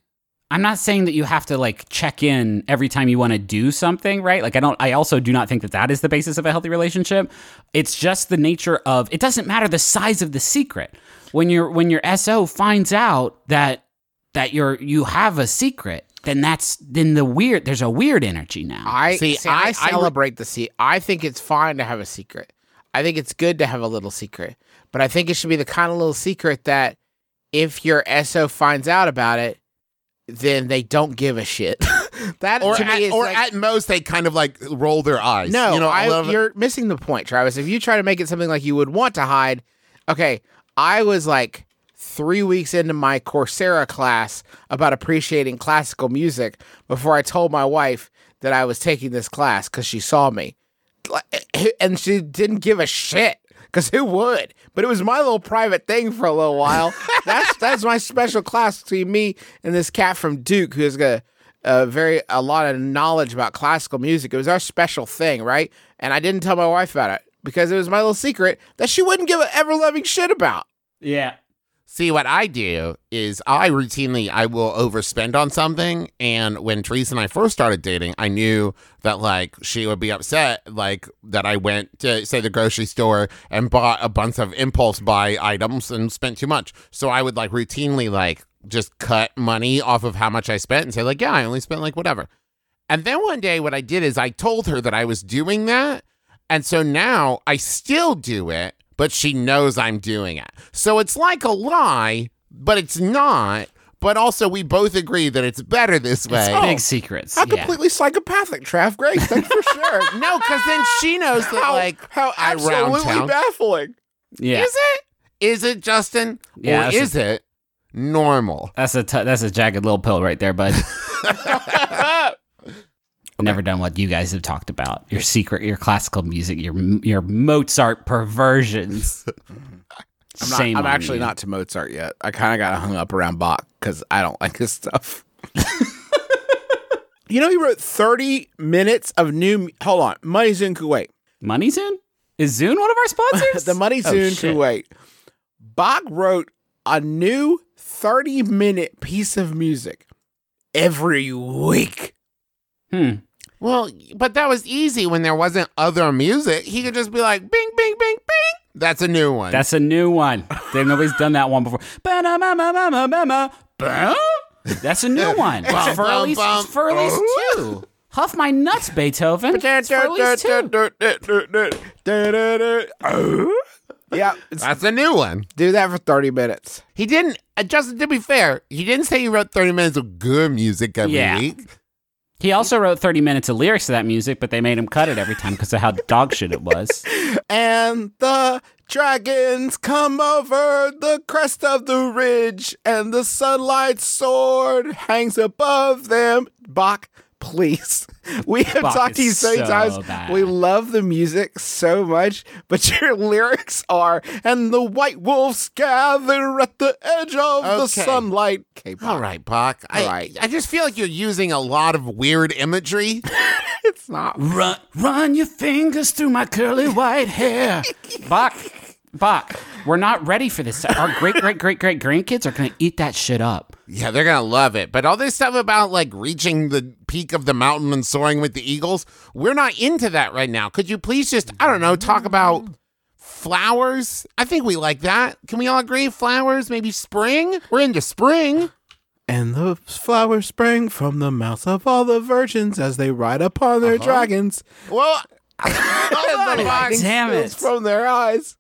[SPEAKER 4] I'm not saying that you have to like check in every time you want to do something, right? Like I don't. I also do not think that that is the basis of a healthy relationship. It's just the nature of. It doesn't matter the size of the secret. When your when your SO finds out that that you're you have a secret, then that's then the weird. There's a weird energy now.
[SPEAKER 2] I
[SPEAKER 3] See,
[SPEAKER 2] see.
[SPEAKER 3] I-
[SPEAKER 2] I,
[SPEAKER 3] I re-
[SPEAKER 2] celebrate the secret. I think it's fine to have a secret. I think it's good to have a little secret, but I think it should be the kind of little secret that if your SO finds out about it, then they don't give a shit. *laughs* that
[SPEAKER 3] Or,
[SPEAKER 2] to me
[SPEAKER 3] at,
[SPEAKER 2] is
[SPEAKER 3] or
[SPEAKER 2] like,
[SPEAKER 3] at most, they kind of like roll their eyes.
[SPEAKER 2] no,
[SPEAKER 3] you know,
[SPEAKER 2] I,
[SPEAKER 3] love-
[SPEAKER 2] you're missing the point, Travis. If you try to make it something like you would want to hide, okay, I was like three weeks into my Coursera class about appreciating classical music before I told my wife that I was taking this class because she saw me. Like, *laughs* And she didn't give a shit. Cause who would? But it was my little private thing for a little
[SPEAKER 3] *laughs*
[SPEAKER 2] while. that's that's my special class between me and this cat from Duke who's gonna a very a lot of knowledge about classical music. It was our special thing, right? And I didn't tell my wife about it because it was my little secret that she wouldn't give a ever loving shit about.
[SPEAKER 4] yeah.
[SPEAKER 3] See, what I do is I routinely I will overspend on something, and when Teresa and I first started dating, I knew that like she would be upset, like that I went to say the grocery store and bought a bunch of impulse buy items and spent too much. So I would like routinely like just cut money off of how much I spent and say like, yeah, I only spent like whatever. And then one day, what I did is I told her that I was doing that. And so now I still do it, but she knows I'm doing it. So it's like a lie, but it's not. But also, we both agree that it's better this way.
[SPEAKER 4] Big secrets.
[SPEAKER 2] How
[SPEAKER 4] yeah.
[SPEAKER 2] completely psychopathic, Trav. Great, thanks for
[SPEAKER 3] *laughs*
[SPEAKER 2] sharing.
[SPEAKER 3] No, because then she knows that,
[SPEAKER 2] how,
[SPEAKER 3] like,
[SPEAKER 2] how
[SPEAKER 3] I round
[SPEAKER 2] absolutely
[SPEAKER 3] town.
[SPEAKER 2] baffling.
[SPEAKER 4] Yeah.
[SPEAKER 3] Is it? Is it, Justin?
[SPEAKER 4] Yeah,
[SPEAKER 3] or
[SPEAKER 4] that's
[SPEAKER 3] is it normal?
[SPEAKER 2] *laughs*
[SPEAKER 4] That's a t- that's a jagged little pill right there, bud. never done what you guys have talked about your secret, your classical music, your your Mozart perversions.
[SPEAKER 2] *laughs* I'm, not, I'm actually not to Mozart yet. I kind of got hung up around Bach because I don't like his
[SPEAKER 4] *laughs*
[SPEAKER 2] stuff. you know, he wrote 30 minutes of new. mu- Hold on, Money Zune Kuwait.
[SPEAKER 4] Money Zune? Is Zune one of our
[SPEAKER 2] *laughs*
[SPEAKER 4] sponsors?
[SPEAKER 2] The Money
[SPEAKER 4] Oh,
[SPEAKER 2] Zune
[SPEAKER 4] shit.
[SPEAKER 2] Kuwait. Bach wrote a new 30 minute piece of music every week.
[SPEAKER 4] Hmm.
[SPEAKER 3] Well, but that was easy when there wasn't other music. He could just be like, bing, bing, bing, bing. That's a new one.
[SPEAKER 4] That's a new one. They've nobody's done that one before. *laughs* Ba-da-ma-ma-ma-ma-ma-ma. Ba? That's a
[SPEAKER 2] *laughs*
[SPEAKER 4] new one. It's
[SPEAKER 3] Bum, bum,
[SPEAKER 4] Furley's,
[SPEAKER 3] bum.
[SPEAKER 4] it's Furley's too. Huff my nuts, Beethoven.
[SPEAKER 3] *laughs*
[SPEAKER 4] It's Furley's too.
[SPEAKER 2] Yeah,
[SPEAKER 3] That's a new one.
[SPEAKER 2] do that for 30 minutes.
[SPEAKER 3] He didn't, uh, Justin, to be fair, he didn't say he wrote 30 minutes of good music every
[SPEAKER 4] Yeah.
[SPEAKER 3] week.
[SPEAKER 4] He also wrote 30 minutes of lyrics to that music, but they made him cut it every time because of how dog shit it was.
[SPEAKER 2] And the dragons come over the crest of the ridge, and the sunlight sword hangs above them. Bach, please. *laughs* We have
[SPEAKER 4] Bach
[SPEAKER 2] talked to you
[SPEAKER 4] is
[SPEAKER 2] so many
[SPEAKER 4] so
[SPEAKER 2] times.
[SPEAKER 4] bad.
[SPEAKER 2] We love the music so much, but *laughs* your lyrics are, and the white wolves gather at the edge of the
[SPEAKER 3] Okay.
[SPEAKER 2] sunlight. Okay, Bach,
[SPEAKER 3] All right, Bach. I,
[SPEAKER 2] All right.
[SPEAKER 3] I just feel like you're using a lot of weird imagery.
[SPEAKER 2] It's not.
[SPEAKER 4] Run, run your fingers through my curly white *laughs* hair. Bach, Bach, we're not ready for this. Our great, great, great, great grandkids are going to eat that shit up.
[SPEAKER 3] *laughs* Yeah, they're gonna love it. But all this stuff about like reaching the peak of the mountain and soaring with the eagles, we're not into that right now. Could you please just, I don't know, talk about flowers? I think we like that. Can we all agree? Flowers, maybe spring? We're into spring.
[SPEAKER 2] And the flowers spring from the mouths of all the virgins as they ride upon their
[SPEAKER 4] Uh-huh.
[SPEAKER 2] dragons.
[SPEAKER 3] Well,
[SPEAKER 2] And
[SPEAKER 3] *laughs* hold
[SPEAKER 2] the
[SPEAKER 3] on,
[SPEAKER 2] lightning
[SPEAKER 3] Fox.
[SPEAKER 4] Damn
[SPEAKER 2] steals
[SPEAKER 4] it.
[SPEAKER 2] From their eyes.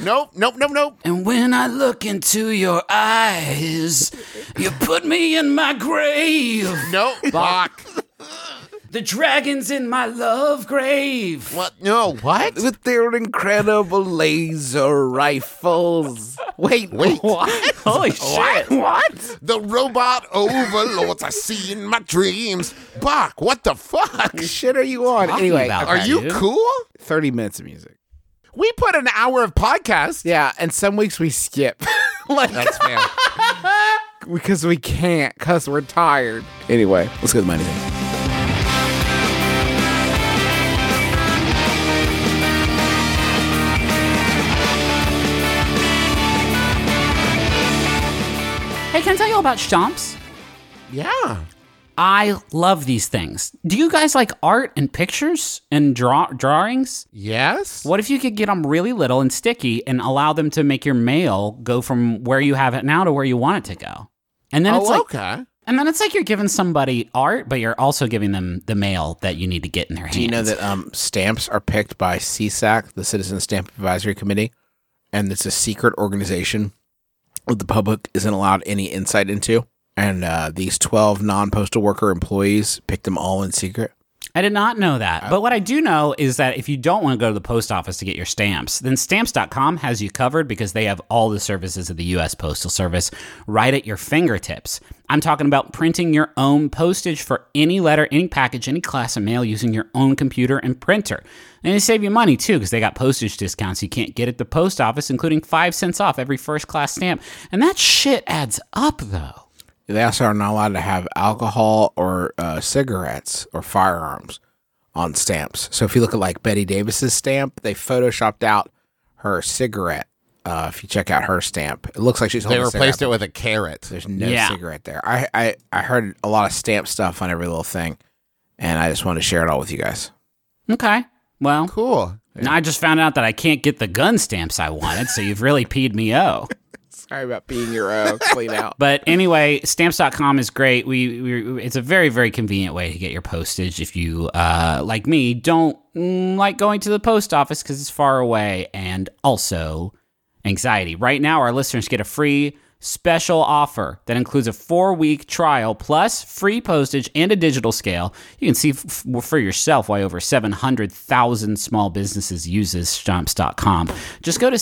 [SPEAKER 3] Nope, nope, nope, nope.
[SPEAKER 4] And when I look into your eyes, you put me in my grave.
[SPEAKER 3] Nope. Bach.
[SPEAKER 4] *laughs* The dragon's in my love grave.
[SPEAKER 3] What? No, what?
[SPEAKER 2] With their incredible laser rifles. Wait,
[SPEAKER 3] Wait.
[SPEAKER 4] *laughs* What? Holy shit. What?
[SPEAKER 3] The robot overlords I see in my dreams. Bach, what the fuck?
[SPEAKER 2] What shit are you on?
[SPEAKER 4] Talking
[SPEAKER 2] Anyway,
[SPEAKER 4] about
[SPEAKER 3] Are
[SPEAKER 4] that,
[SPEAKER 3] you
[SPEAKER 4] dude.
[SPEAKER 3] cool?
[SPEAKER 2] 30 minutes of music.
[SPEAKER 3] We put an hour of podcast.
[SPEAKER 2] Yeah, and some weeks we skip. *laughs* like,
[SPEAKER 3] That's fair.
[SPEAKER 2] because we can't, because we're tired. Anyway, let's go to Money Zone.
[SPEAKER 4] Hey, can I tell you all about stomps?
[SPEAKER 3] *laughs* yeah.
[SPEAKER 4] I love these things. Do you guys like art and pictures and draw drawings?
[SPEAKER 3] Yes.
[SPEAKER 4] What if you could get them really little and sticky and allow them to make your mail go from where you have it now to where you want it to go? And then
[SPEAKER 3] oh,
[SPEAKER 4] it's like
[SPEAKER 3] okay.
[SPEAKER 4] and then it's like you're giving somebody art, but you're also giving them the mail that you need to get in their hands.
[SPEAKER 2] Do you know that um, stamps are picked by CSAC, the Citizen Stamp Advisory Committee, and it's a secret organization that the public isn't allowed any insight into. And uh, these 12 non postal worker employees picked them all in secret.
[SPEAKER 4] I did not know that. But what I do know is that if you don't want to go to the post office to get your stamps, then stamps.com has you covered because they have all the services of the U.S. Postal Service right at your fingertips. I'm talking about printing your own postage for any letter, any package, any class of mail using your own computer and printer. And they save you money too because they got postage discounts you can't get at the post office, including five cents off every first class stamp. And that shit adds up though.
[SPEAKER 2] They also are not allowed to have alcohol or uh, cigarettes or firearms on stamps. So if you look at like Betty Davis's stamp, they photoshopped out her cigarette. Uh, if you check out her stamp, it looks like she's
[SPEAKER 3] They
[SPEAKER 2] holding a cigarette,
[SPEAKER 3] replaced it with a carrot.
[SPEAKER 2] There's no
[SPEAKER 4] Yeah.
[SPEAKER 2] cigarette there. I, I I heard a lot of stamp stuff on every little thing, and I just wanted to share it all with you guys.
[SPEAKER 4] Okay. Well,
[SPEAKER 3] Cool.
[SPEAKER 4] And I just found out that I can't get the gun stamps I wanted, so you've really peed me oh.
[SPEAKER 2] *laughs* Sorry about being your own clean out.
[SPEAKER 4] *laughs* But anyway, stamps.com is great. We, we it's a very very convenient way to get your postage if you uh, like me don't mm, like going to the post office cuz it's far away and also anxiety. Right now our listeners get a free special offer that includes a 4-week trial plus free postage and a digital scale. You can see f- f- for yourself why over 700,000 small businesses uses stamps.com. Just go to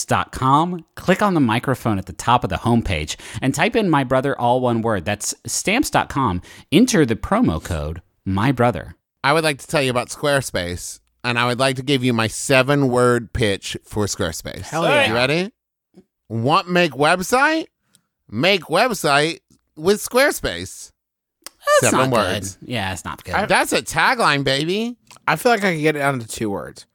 [SPEAKER 4] stamps.com, click on the microphone at the top of the homepage and type in my brother all one word. That's stamps.com. Enter the promo code my brother.
[SPEAKER 3] I would like to tell you about Squarespace, and I would like to give you my seven word pitch for Squarespace. Hell
[SPEAKER 2] yeah.
[SPEAKER 3] You ready? Want make website? Make website with Squarespace.
[SPEAKER 4] That's
[SPEAKER 3] seven
[SPEAKER 4] not
[SPEAKER 3] words.
[SPEAKER 4] good. Yeah, it's not good.
[SPEAKER 3] That's a tagline, baby.
[SPEAKER 2] I feel like I could get it down to two words.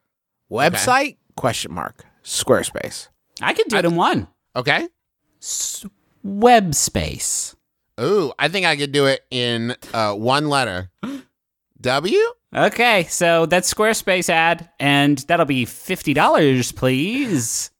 [SPEAKER 2] Website question mark Squarespace.
[SPEAKER 4] I could do it in one.
[SPEAKER 3] Okay.
[SPEAKER 4] Web space.
[SPEAKER 3] Ooh, I think I could do it in uh, one letter. *gasps* W?
[SPEAKER 4] Okay, so that's Squarespace ad, and that'll be fifty dollars, please.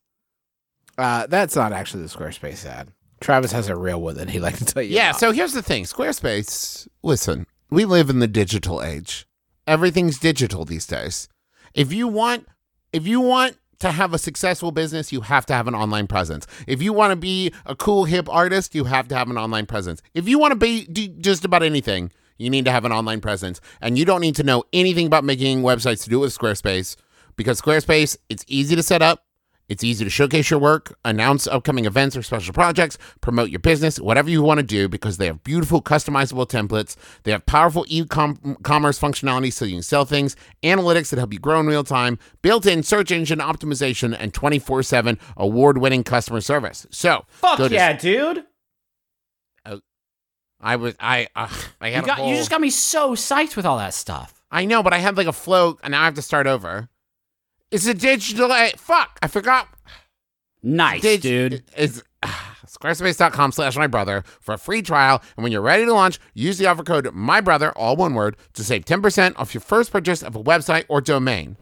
[SPEAKER 2] Uh, that's not actually the Squarespace ad. Travis has a real one that he'd like to tell you.
[SPEAKER 3] Yeah,
[SPEAKER 2] about.
[SPEAKER 3] so here's the thing Squarespace, listen, we live in the digital age. Everything's digital these days. If you want if you want to have a successful business, you have to have an online presence. If you want to be a cool hip artist, you have to have an online presence. If you want to be do just about anything, you need to have an online presence. And you don't need to know anything about making websites to do with Squarespace because Squarespace, it's easy to set up. It's easy to showcase your work, announce upcoming events or special projects, promote your business, whatever you want to do, because they have beautiful customizable templates. They have powerful e commerce functionality so you can sell things, analytics that help you grow in real time, built in search engine optimization, and 24 7 award winning customer service. So,
[SPEAKER 4] Fuck
[SPEAKER 3] go to-
[SPEAKER 4] yeah, dude!
[SPEAKER 3] I was, I, uh, I had
[SPEAKER 4] You
[SPEAKER 3] a
[SPEAKER 4] got you
[SPEAKER 3] whole-
[SPEAKER 4] just got me so psyched with all that stuff.
[SPEAKER 3] I know, but I had like a flow, and now I have to start over. It's a digital. a- Fuck, I forgot.
[SPEAKER 4] Nice,
[SPEAKER 3] Did-
[SPEAKER 4] dude.
[SPEAKER 3] It's ah, squarespace.com slash my brother for a free trial. And when you're ready to launch, use the offer code my brother, all one word, to save 10% off your first purchase of a website or domain.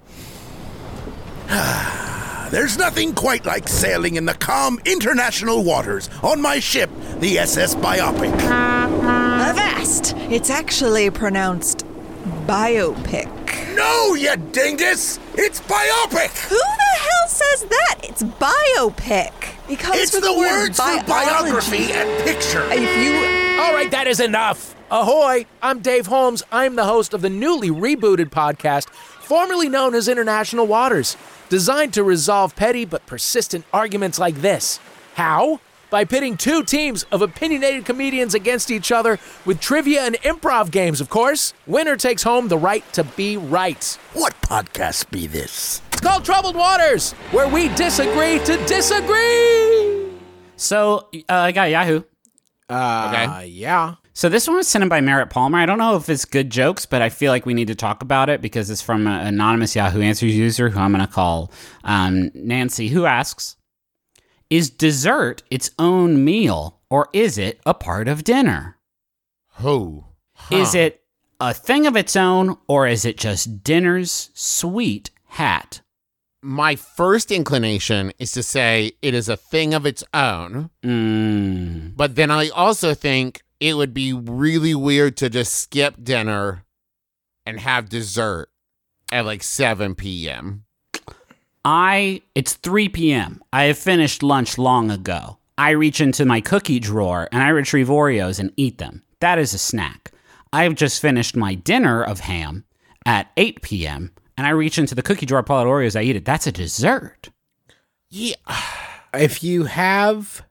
[SPEAKER 5] There's nothing quite like sailing in the calm international waters on my ship, the SS Biopic.
[SPEAKER 6] Avast! It's actually pronounced biopic.
[SPEAKER 5] No, you Oh, dingus! It's Biopic!
[SPEAKER 6] Who the hell says that? It's biopic. It comes
[SPEAKER 5] It's
[SPEAKER 6] from
[SPEAKER 5] the words for
[SPEAKER 6] biology.
[SPEAKER 5] biography and picture.
[SPEAKER 6] If you
[SPEAKER 7] All right, that is enough. Ahoy, I'm Dave Holmes. I'm the host of the newly rebooted podcast, formerly known as International Waters, designed to resolve petty but persistent arguments like this. How? By pitting two teams of opinionated comedians against each other with trivia and improv games, of course. Winner takes home the right to be right.
[SPEAKER 5] What podcast be this?
[SPEAKER 7] It's called Troubled Waters, where we disagree to disagree.
[SPEAKER 4] So uh, I got Yahoo.
[SPEAKER 2] Uh, yeah.
[SPEAKER 4] So this one was sent in by Merritt Palmer. I don't know if it's good jokes, but I feel like we need to talk about it because it's from an anonymous Yahoo Answers user who I'm going to call um, Nancy, who asks, "Is dessert its own meal, or is it a part of dinner?
[SPEAKER 3] Who?
[SPEAKER 4] Is it a thing of its own, or is it just dinner's sweet hat?"
[SPEAKER 3] My first inclination is to say it is a thing of its own,
[SPEAKER 4] Mm.
[SPEAKER 3] but then I also think it would be really weird to just skip dinner and have dessert at like 7 p.m.
[SPEAKER 4] I it's 3 p.m. I have finished lunch long ago. I reach into my cookie drawer and I retrieve Oreos and eat them. That is a snack. I have just finished my dinner of ham at 8 p.m. and I reach into the cookie drawer, pull out Oreos, I eat it. That's a dessert.
[SPEAKER 3] Yeah.
[SPEAKER 2] If you have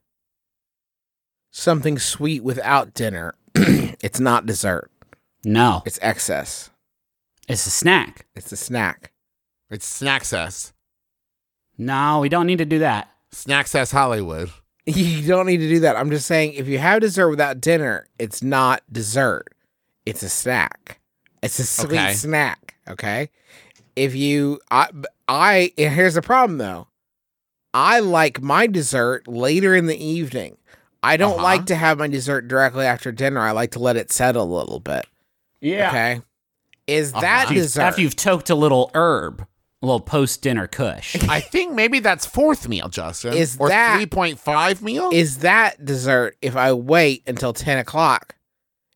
[SPEAKER 2] something sweet without dinner, *clears throat* it's not dessert.
[SPEAKER 4] No,
[SPEAKER 2] It's excess.
[SPEAKER 4] it's a snack.
[SPEAKER 2] It's a snack.
[SPEAKER 3] It's Snacks Us.
[SPEAKER 4] No, we don't need to do that.
[SPEAKER 3] Snacks Us Hollywood.
[SPEAKER 2] You don't need to do that. I'm just saying if you have dessert without dinner, it's not dessert. It's a snack. It's a sweet
[SPEAKER 3] Okay.
[SPEAKER 2] snack. Okay. If you, I, b- I, and here's the problem though. I like my dessert later in the evening. I don't
[SPEAKER 3] Uh-huh.
[SPEAKER 2] like to have my dessert directly after dinner. I like to let it settle a little bit.
[SPEAKER 4] Yeah.
[SPEAKER 2] Okay. Is that
[SPEAKER 4] Uh-huh. After you've-
[SPEAKER 2] dessert?
[SPEAKER 4] After you've toked a little herb, a little post dinner kush.
[SPEAKER 3] I think maybe that's fourth meal, Justin.
[SPEAKER 2] Is
[SPEAKER 3] or
[SPEAKER 2] that-
[SPEAKER 3] three point five meal?
[SPEAKER 2] is that dessert if I wait until 10 o'clock?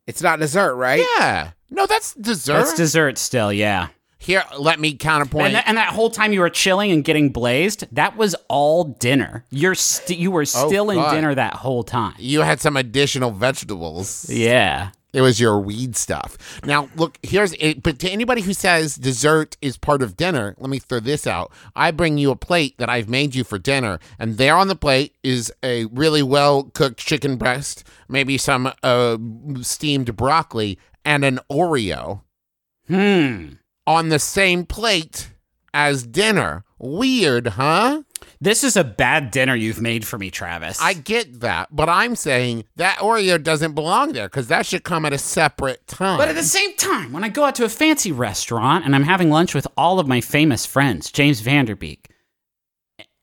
[SPEAKER 2] It's not dessert, right?
[SPEAKER 3] yeah. No, that's dessert.
[SPEAKER 4] That's dessert still, yeah.
[SPEAKER 3] Here, let me counterpoint.
[SPEAKER 4] And that, and that whole time you were chilling and getting blazed, that was all dinner. You're st- you were still in
[SPEAKER 3] God.
[SPEAKER 4] dinner that whole time.
[SPEAKER 3] you had some additional vegetables.
[SPEAKER 4] Yeah.
[SPEAKER 3] It was your weed stuff. Now, look, here's it. But to anybody who says dessert is part of dinner, let me throw this out. I bring you a plate that I've made you for dinner, and there on the plate is a really well cooked chicken breast, maybe some uh, steamed broccoli, and an Oreo.
[SPEAKER 4] Hmm.
[SPEAKER 3] on the same plate as dinner. Weird, huh?
[SPEAKER 4] This is a bad dinner you've made for me, Travis.
[SPEAKER 3] I get that, but I'm saying that Oreo doesn't belong there because that should come at a separate time.
[SPEAKER 4] But at the same time, when I go out to a fancy restaurant and I'm having lunch with all of my famous friends, James Vanderbeek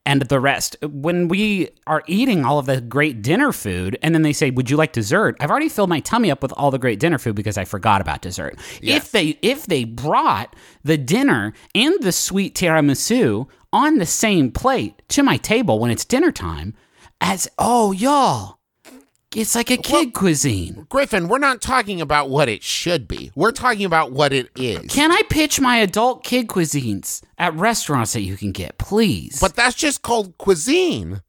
[SPEAKER 4] and the rest, when we are eating all of the great dinner food and then they say, "Would you like dessert?" I've already filled my tummy up with all the great dinner food because I forgot about dessert. If they if they brought the dinner and the sweet tiramisu on the same plate to my table when it's dinner time, as oh y'all, it's like a kid cuisine.
[SPEAKER 3] Griffin, we're not talking about what it should be. We're talking about what it is.
[SPEAKER 4] Can I pitch my adult kid cuisines at restaurants that you can get, please?
[SPEAKER 3] But that's just called
[SPEAKER 4] *laughs*
[SPEAKER 3] cuisine.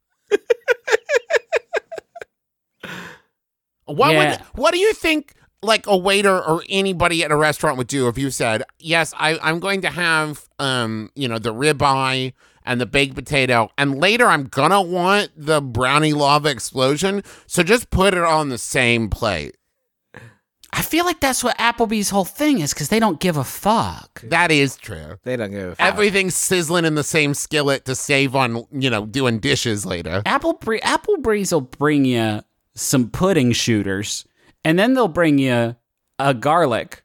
[SPEAKER 3] what
[SPEAKER 4] Yeah.
[SPEAKER 3] would what do you think like a waiter or anybody at a restaurant would do if you said, Yes, I, I'm going to have um, you know, the ribeye and the baked potato, and later I'm gonna want the brownie lava explosion. So just put it on the same plate.
[SPEAKER 4] I feel like that's what Applebee's whole thing is because they don't give a fuck.
[SPEAKER 3] That is true.
[SPEAKER 2] They don't give a fuck.
[SPEAKER 3] Everything's sizzling in the same skillet to save on, you know, doing dishes later.
[SPEAKER 4] Apple Bre- Applebee's will bring you some pudding shooters, and then they'll bring you a garlic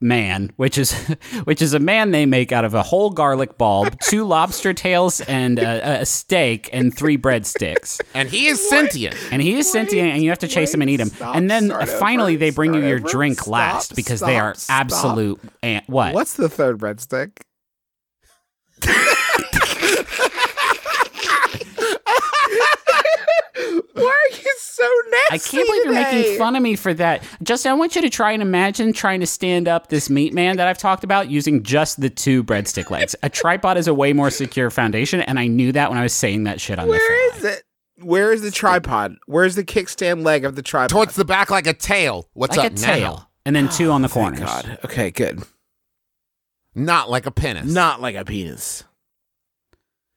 [SPEAKER 4] man, which is *laughs* which is a man they make out of a whole garlic bulb, two lobster tails, and a, a steak, and three breadsticks.
[SPEAKER 3] And he is sentient.
[SPEAKER 4] and he is sentient, and you have to chase him and eat him. and then uh,
[SPEAKER 2] start over,
[SPEAKER 4] finally, they bring you
[SPEAKER 2] start
[SPEAKER 4] your
[SPEAKER 2] over,
[SPEAKER 4] drink
[SPEAKER 2] stop,
[SPEAKER 4] last because they
[SPEAKER 2] stop,
[SPEAKER 4] are
[SPEAKER 2] stop.
[SPEAKER 4] absolute. An- what?
[SPEAKER 2] What's the third breadstick? *laughs* Why are you so nasty?
[SPEAKER 4] I can't believe you're making fun of me for that. Justin, I want you to try and imagine trying to stand up this meat man that I've talked about using just the two breadstick legs. A tripod is a way more secure foundation, and I knew that when I was saying that shit on the
[SPEAKER 2] Where
[SPEAKER 4] fly.
[SPEAKER 2] is it? Where is the tripod? Where's the kickstand leg of the tripod?
[SPEAKER 3] Towards the back like a tail. What's
[SPEAKER 4] Like a
[SPEAKER 3] up now?
[SPEAKER 4] tail, and then two on the corners.
[SPEAKER 2] Oh, God. Okay, good.
[SPEAKER 3] Not like a penis.
[SPEAKER 2] Not like a penis.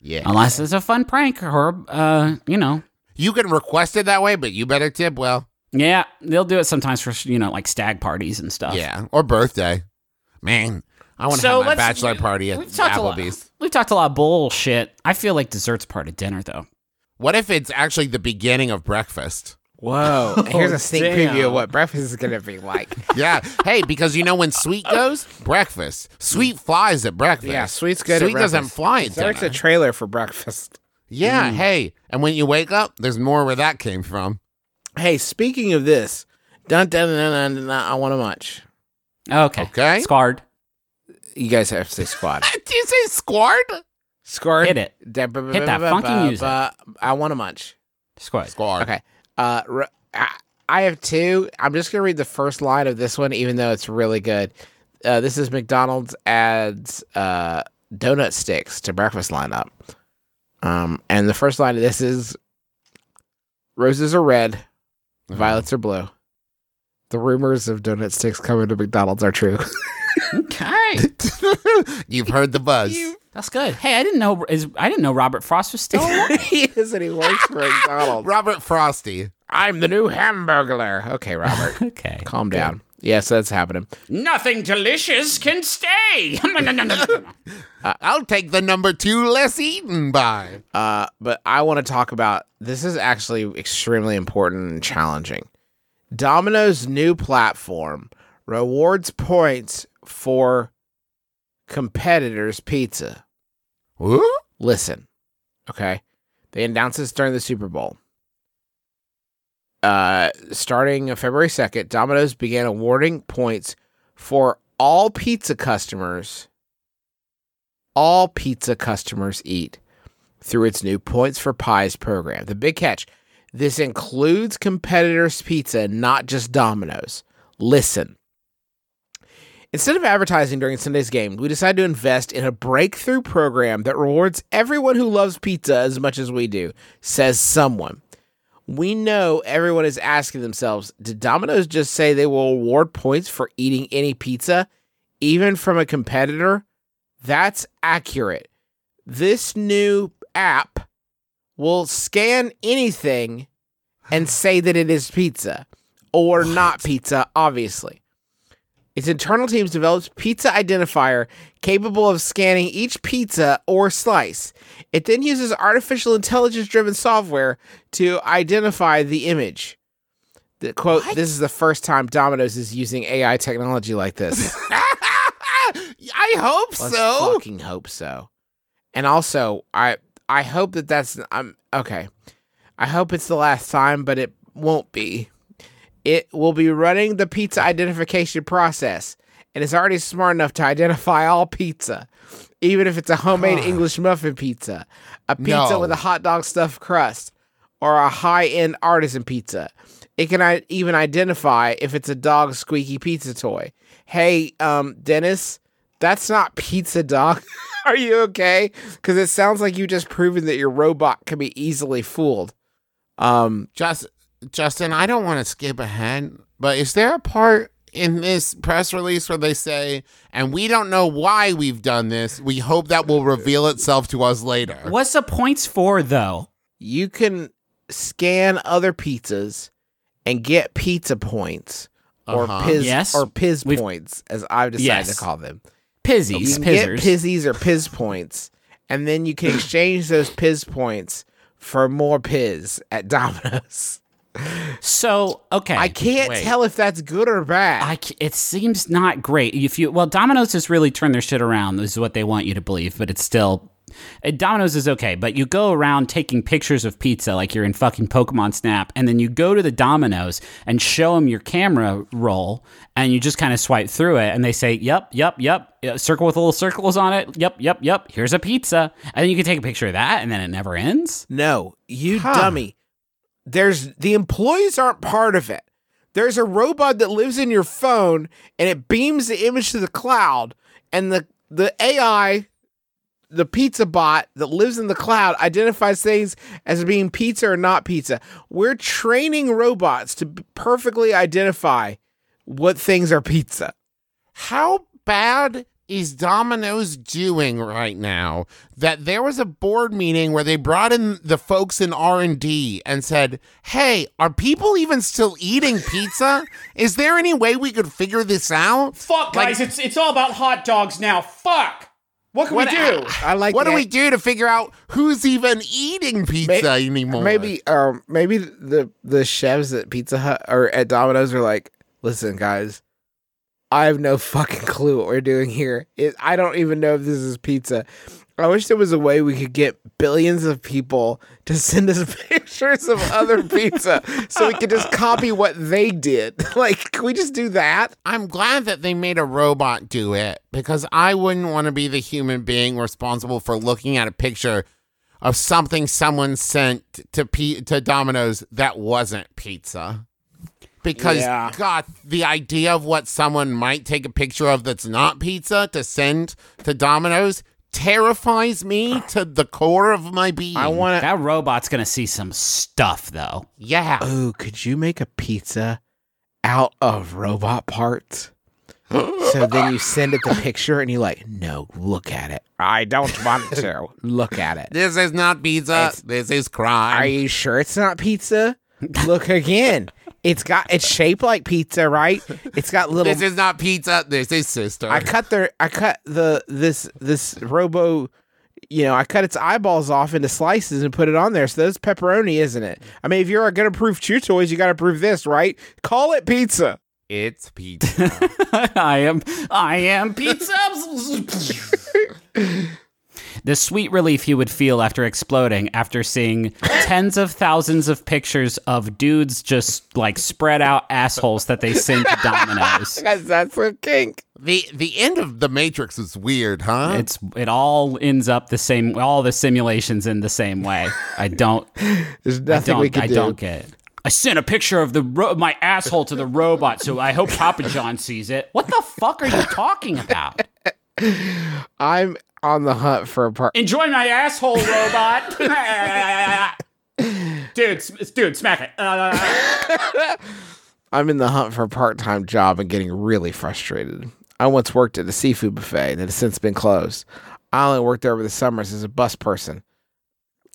[SPEAKER 3] Yeah.
[SPEAKER 4] Unless it's a fun prank or, uh, you know,
[SPEAKER 3] You can request it that way, but you better tip well.
[SPEAKER 4] yeah, they'll do it sometimes for, you know, like stag parties and stuff.
[SPEAKER 3] Yeah. Or birthday. Man, I want to have my
[SPEAKER 4] let's-
[SPEAKER 3] bachelor party at
[SPEAKER 4] A
[SPEAKER 3] Applebee's.
[SPEAKER 4] lot, we've talked a lot of bullshit. I feel like dessert's part of dinner, though.
[SPEAKER 3] What if it's actually the beginning of breakfast?
[SPEAKER 2] Whoa. Here's a sneak
[SPEAKER 4] damn.
[SPEAKER 2] preview of what breakfast is going to be like.
[SPEAKER 3] Yeah. hey, because you know when sweet goes, breakfast. Sweet flies at breakfast.
[SPEAKER 2] yeah, sweet's good.
[SPEAKER 3] Sweet
[SPEAKER 2] at
[SPEAKER 3] doesn't
[SPEAKER 2] breakfast.
[SPEAKER 3] fly at
[SPEAKER 2] So it's
[SPEAKER 3] dinner.
[SPEAKER 2] a trailer for breakfast.
[SPEAKER 3] yeah. Hey, and when you wake up, there's more where that came from.
[SPEAKER 2] Hey, speaking of this, dun dun dun dun dun, dun I want to munch.
[SPEAKER 4] Okay.
[SPEAKER 3] Okay.
[SPEAKER 4] Scarred.
[SPEAKER 2] You guys have to say squad.
[SPEAKER 3] *laughs* Did you say squad?
[SPEAKER 2] *laughs* Squad.
[SPEAKER 4] Hit it.
[SPEAKER 2] Da- ba- ba-
[SPEAKER 4] Hit
[SPEAKER 2] ba-
[SPEAKER 4] that
[SPEAKER 2] ba-
[SPEAKER 4] funky
[SPEAKER 2] ba-
[SPEAKER 4] music.
[SPEAKER 2] ba- I want to munch.
[SPEAKER 4] Squad.
[SPEAKER 3] Squad.
[SPEAKER 2] Okay. Uh, r- I I have two. I'm just gonna read the first line of this one, even though it's really good. Uh, this is McDonald's adds uh, donut sticks to breakfast lineup. Um, and the first line of this is: roses are red, violets are blue. The rumors of donut sticks coming to McDonald's are true. *laughs*
[SPEAKER 4] Okay.
[SPEAKER 3] You've heard the buzz.
[SPEAKER 4] That's good. Hey, I didn't know is I didn't know Robert Frost was still alive.
[SPEAKER 2] he is, and he works for McDonald's.
[SPEAKER 3] Robert Frosty.
[SPEAKER 2] I'm the new hamburglar. *laughs* Okay,
[SPEAKER 4] *laughs*
[SPEAKER 2] Robert,
[SPEAKER 4] okay.
[SPEAKER 2] calm down. Yes, that's happening.
[SPEAKER 4] Nothing delicious can stay.
[SPEAKER 3] I'll take the number two less eaten by.
[SPEAKER 2] Uh, but I want to talk about this is actually extremely important and challenging. Domino's new platform rewards points for competitors' pizza.
[SPEAKER 3] Ooh.
[SPEAKER 2] Listen, okay? They announced this during the Super Bowl. Uh, starting February 2nd, Domino's began awarding points for all pizza customers. All pizza customers eat through its new Points for Pies program. The big catch this includes competitors' pizza, not just Domino's. Listen. Instead of advertising during Sunday's game, we decided to invest in a breakthrough program that rewards everyone who loves pizza as much as we do, says someone. We know everyone is asking themselves did Domino's just say they will award points for eating any pizza, even from a competitor? That's accurate. This new app will scan anything and say that it is pizza or not pizza, obviously. Its internal teams developed pizza identifier capable of scanning each pizza or slice. It then uses artificial intelligence driven software to identify the image. The, quote, this is the first time Domino's is using AI technology like *laughs* this.
[SPEAKER 3] I hope
[SPEAKER 2] Let's
[SPEAKER 3] so.
[SPEAKER 2] fucking hope so. And also, I I hope that that's I'm okay. I hope it's the last time, but it won't be. It will be running the pizza identification process, and it's already smart enough to identify all pizza, even if it's a homemade English muffin pizza, a pizza
[SPEAKER 3] No.
[SPEAKER 2] with a hot dog stuffed crust, or a high end artisan pizza. It can I- even identify if it's a dog squeaky pizza toy. Hey, um, Dennis, that's not pizza, dog. *laughs* Are you okay? Because it sounds like you just proven that your robot can be easily fooled. Um,
[SPEAKER 3] Just, Justin, I don't want to skip ahead, but is there a part in this press release where they say, and we don't know why we've done this. We hope that will reveal itself to us later.
[SPEAKER 4] What's the points for though?
[SPEAKER 2] you can scan other pizzas and get pizza points or
[SPEAKER 3] Uh-huh.
[SPEAKER 2] piz
[SPEAKER 4] Yes.
[SPEAKER 2] or piz
[SPEAKER 4] We've-
[SPEAKER 2] points, as I've decided to
[SPEAKER 4] Yes.
[SPEAKER 2] call them. You
[SPEAKER 4] Pizzies,
[SPEAKER 2] can
[SPEAKER 4] pizzers.
[SPEAKER 2] get pizzies or piz points, and then you
[SPEAKER 4] *coughs*
[SPEAKER 2] can exchange those piz points for more piz at Domino's.
[SPEAKER 4] so okay,
[SPEAKER 2] I can't
[SPEAKER 3] Wait.
[SPEAKER 2] tell if that's good or bad.
[SPEAKER 4] I c it seems not great. If you well, Domino's has really turned their shit around. This is what they want you to believe, but it's still uh, Domino's is okay. But you go around taking pictures of pizza like you're in fucking Pokemon Snap, and then you go to the Domino's and show them your camera roll, and you just kind of swipe through it, and they say, "Yep, yep, yep." uh, Circle with little circles on it. Yep, yep, yep. Here's a pizza, and then you can take a picture of that, and then it never ends.
[SPEAKER 2] No, you dummy. There's the employees aren't part of it. There's a robot that lives in your phone and it beams the image to the cloud and the the AI the pizza bot that lives in the cloud identifies things as being pizza or not pizza. We're training robots to b- perfectly identify what things are pizza.
[SPEAKER 3] How bad is Domino's doing right now? That there was a board meeting where they brought in the folks in R&D and said, "Hey, are people even still eating pizza? is there any way we could figure this out?"
[SPEAKER 8] Fuck, guys, it's it's all about hot dogs now. Fuck. What can
[SPEAKER 3] What-
[SPEAKER 8] we do?
[SPEAKER 2] I like
[SPEAKER 3] what do
[SPEAKER 2] that.
[SPEAKER 3] we do to figure out who's even eating pizza
[SPEAKER 2] May-
[SPEAKER 3] anymore?
[SPEAKER 2] Maybe, um, maybe the the chefs at Pizza Hut or at Domino's are like, "Listen, guys, I have no *laughs* fucking clue what we're doing here. It, I don't even know if this is pizza. I wish there was a way we could get billions of people to send us *laughs* pictures of other pizza, so we could just copy what they did. *laughs* Like, can we just do that?
[SPEAKER 3] I'm glad that they made a robot do it because I wouldn't want to be the human being responsible for looking at a picture of something someone sent to P- to Domino's that wasn't pizza. Because
[SPEAKER 2] Yeah.
[SPEAKER 3] God, the idea of what someone might take a picture of that's not pizza to send to Domino's terrifies me to the core of my being.
[SPEAKER 2] I want to.
[SPEAKER 4] That robot's gonna see some stuff though. *laughs*
[SPEAKER 3] yeah.
[SPEAKER 2] Oh, could you make a pizza out of robot parts? so then you send *laughs* it the picture and you're like, no, look at it. I don't want to. *laughs* look at it.
[SPEAKER 3] This is not pizza. This is crime.
[SPEAKER 2] Are you sure it's not pizza? Look again. It's got it's shaped like pizza, right? It's got little
[SPEAKER 3] this is not pizza. This is sister.
[SPEAKER 2] I cut their I cut the this this robo you know, I cut its eyeballs off into slices and put it on there. So that's pepperoni, isn't it? I mean, if you're gonna prove chew toys, you gotta prove this, right? Call it pizza.
[SPEAKER 4] *laughs*
[SPEAKER 3] it's pizza.
[SPEAKER 4] I am I am pizza. the sweet relief he would feel after exploding after seeing tens of thousands of pictures of dudes just like spread out assholes that they send to Domino's.
[SPEAKER 2] Guys, that's a kink.
[SPEAKER 3] The the end of the Matrix is weird, huh?
[SPEAKER 4] It's it all ends up the same all the simulations in the same way. I don't
[SPEAKER 2] There's nothing
[SPEAKER 4] don't
[SPEAKER 2] we can
[SPEAKER 4] I
[SPEAKER 2] do.
[SPEAKER 4] don't get it. I sent a picture of the ro- my asshole to the robot, so I hope Papa John sees it. What the fuck are you talking about?
[SPEAKER 2] I'm on the hunt for a part.
[SPEAKER 8] Enjoy my asshole,
[SPEAKER 4] *laughs*
[SPEAKER 8] robot. dude, s- dude, smack it. Uh,
[SPEAKER 2] I'm in the hunt for a part-time job and getting really frustrated. I once worked at a seafood buffet that has since been closed. I only worked there over the summers as a bus person.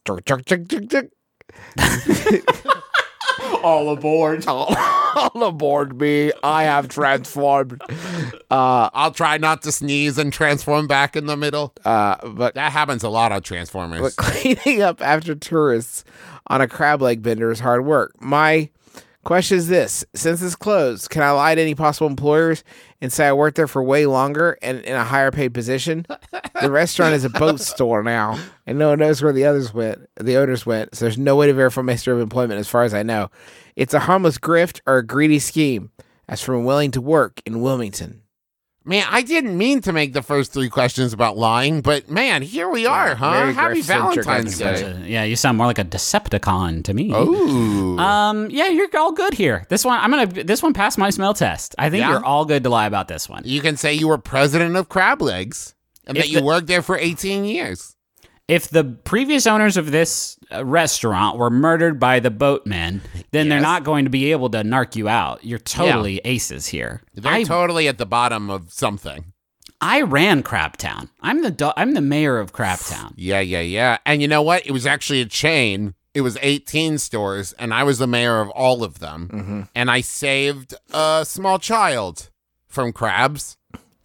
[SPEAKER 2] Chuk, chuk, chuk, chuk, chuk.
[SPEAKER 8] all aboard.
[SPEAKER 2] Oh. *laughs* All aboard me. I have transformed. Uh,
[SPEAKER 3] I'll try not to sneeze and transform back in the middle.
[SPEAKER 2] uh, but
[SPEAKER 3] That happens a lot on Transformers.
[SPEAKER 2] but *laughs* cleaning up after tourists on a crab leg bender is hard work. My question is this since it's closed, can I lie to any possible employers and say I worked there for way longer and in a higher paid position? The restaurant is a boat store now, and no one knows where the others went, the owners went, so there's no way to verify my history of employment as far as I know. It's a harmless grift or a greedy scheme. As from willing to work in Wilmington.
[SPEAKER 3] Man, I didn't mean to make the first three questions about lying, but man, here we are, huh?
[SPEAKER 2] very
[SPEAKER 3] Happy
[SPEAKER 2] grape-centric
[SPEAKER 3] Valentine's
[SPEAKER 2] episode.
[SPEAKER 3] Day.
[SPEAKER 4] yeah, you sound more like a Decepticon to *laughs* me.
[SPEAKER 3] Oh. Ooh.
[SPEAKER 4] Um, yeah, you're all good here. This one, I'm gonna. This one passed my smell test. I think
[SPEAKER 3] Yeah?
[SPEAKER 4] you're all good to lie about this one.
[SPEAKER 3] you can say you were president of Crab Legs and
[SPEAKER 4] If
[SPEAKER 3] that you
[SPEAKER 4] the-
[SPEAKER 3] worked there for 18 years.
[SPEAKER 4] If the previous owners of this uh, restaurant were murdered by the boatmen, then they're
[SPEAKER 3] Yes.
[SPEAKER 4] not going to be able to narc you out. You're totally aces here.
[SPEAKER 3] They're
[SPEAKER 4] I,
[SPEAKER 3] totally at the bottom of something.
[SPEAKER 4] I ran Crabtown. I'm the do- I'm the mayor of Crabtown.
[SPEAKER 3] Yeah, yeah, yeah. And you know what? It was actually a chain. It was 18 stores, and I was the mayor of all of them. And I saved a small child from crabs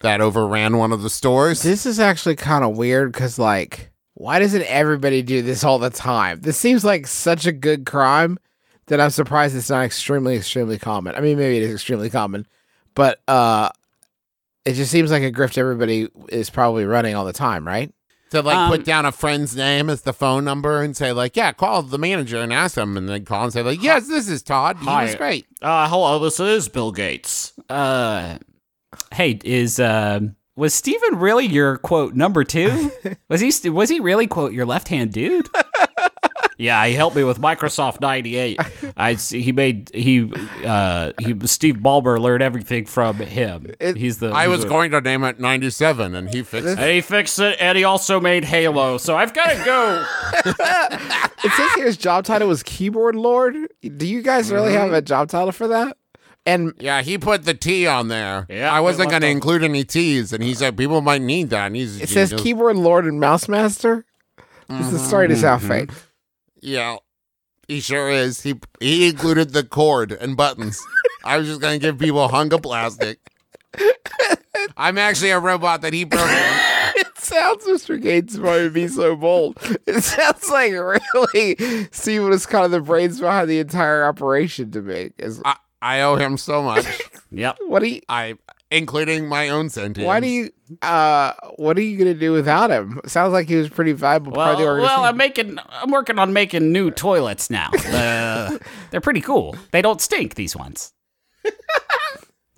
[SPEAKER 3] that overran one of the stores.
[SPEAKER 2] This is actually kind of weird because, like, why doesn't everybody do this all the time? This seems like such a good crime that I'm surprised it's not extremely, extremely common. I mean, maybe it is extremely common, but uh, it just seems like a grift everybody is probably running all the time, right?
[SPEAKER 3] To like
[SPEAKER 4] Um,
[SPEAKER 3] put down a friend's name as the phone number and say like, yeah, call the manager and ask them, and then call and say like, yes, this is Todd. He was great.
[SPEAKER 4] Uh, hello, this is Bill Gates. Uh, hey, is uh, was Steven really your quote
[SPEAKER 3] *laughs*
[SPEAKER 4] number two? was he st- was he really quote your left hand dude? *laughs* yeah, he helped me with Microsoft
[SPEAKER 3] *laughs*
[SPEAKER 4] ninety eight. I s- he made he uh he Steve Ballmer learned everything from him. he's the
[SPEAKER 3] I
[SPEAKER 4] he's
[SPEAKER 3] was
[SPEAKER 4] the-
[SPEAKER 3] going to name it 97, and he fixed it.
[SPEAKER 4] And he fixed it, and he also made Halo. So I've got
[SPEAKER 3] *laughs*
[SPEAKER 4] to go.
[SPEAKER 2] It says here his job title was keyboard lord. Do you guys really have a job title for that? And
[SPEAKER 3] Yeah, he put the T on there.
[SPEAKER 4] Yeah,
[SPEAKER 3] I
[SPEAKER 4] we
[SPEAKER 3] wasn't
[SPEAKER 4] left
[SPEAKER 3] going to
[SPEAKER 4] off-
[SPEAKER 3] include any T's, and he said people might need that. And he's
[SPEAKER 2] it says
[SPEAKER 3] genius.
[SPEAKER 2] keyboard lord and mouse master. This is starting to sound fake.
[SPEAKER 3] Yeah, he sure is. He he included the cord and buttons. I was just going to give people a hunk of plastic. *laughs* I'm actually a robot that he programmed.
[SPEAKER 2] It sounds Mr. Gates why would be so bold. It sounds like really Steven was kind of the brains behind the entire operation to me. Is
[SPEAKER 3] I, I owe him so much.
[SPEAKER 4] Yep.
[SPEAKER 2] what do you
[SPEAKER 3] I including my own sentence.
[SPEAKER 2] why do you uh what are you gonna do without him? Sounds like he was a pretty valuable part
[SPEAKER 4] Well,
[SPEAKER 2] of the organization.
[SPEAKER 4] well, I'm making, I'm working on making new toilets *laughs* now. Uh, they're pretty cool. They don't stink. These *laughs* ones.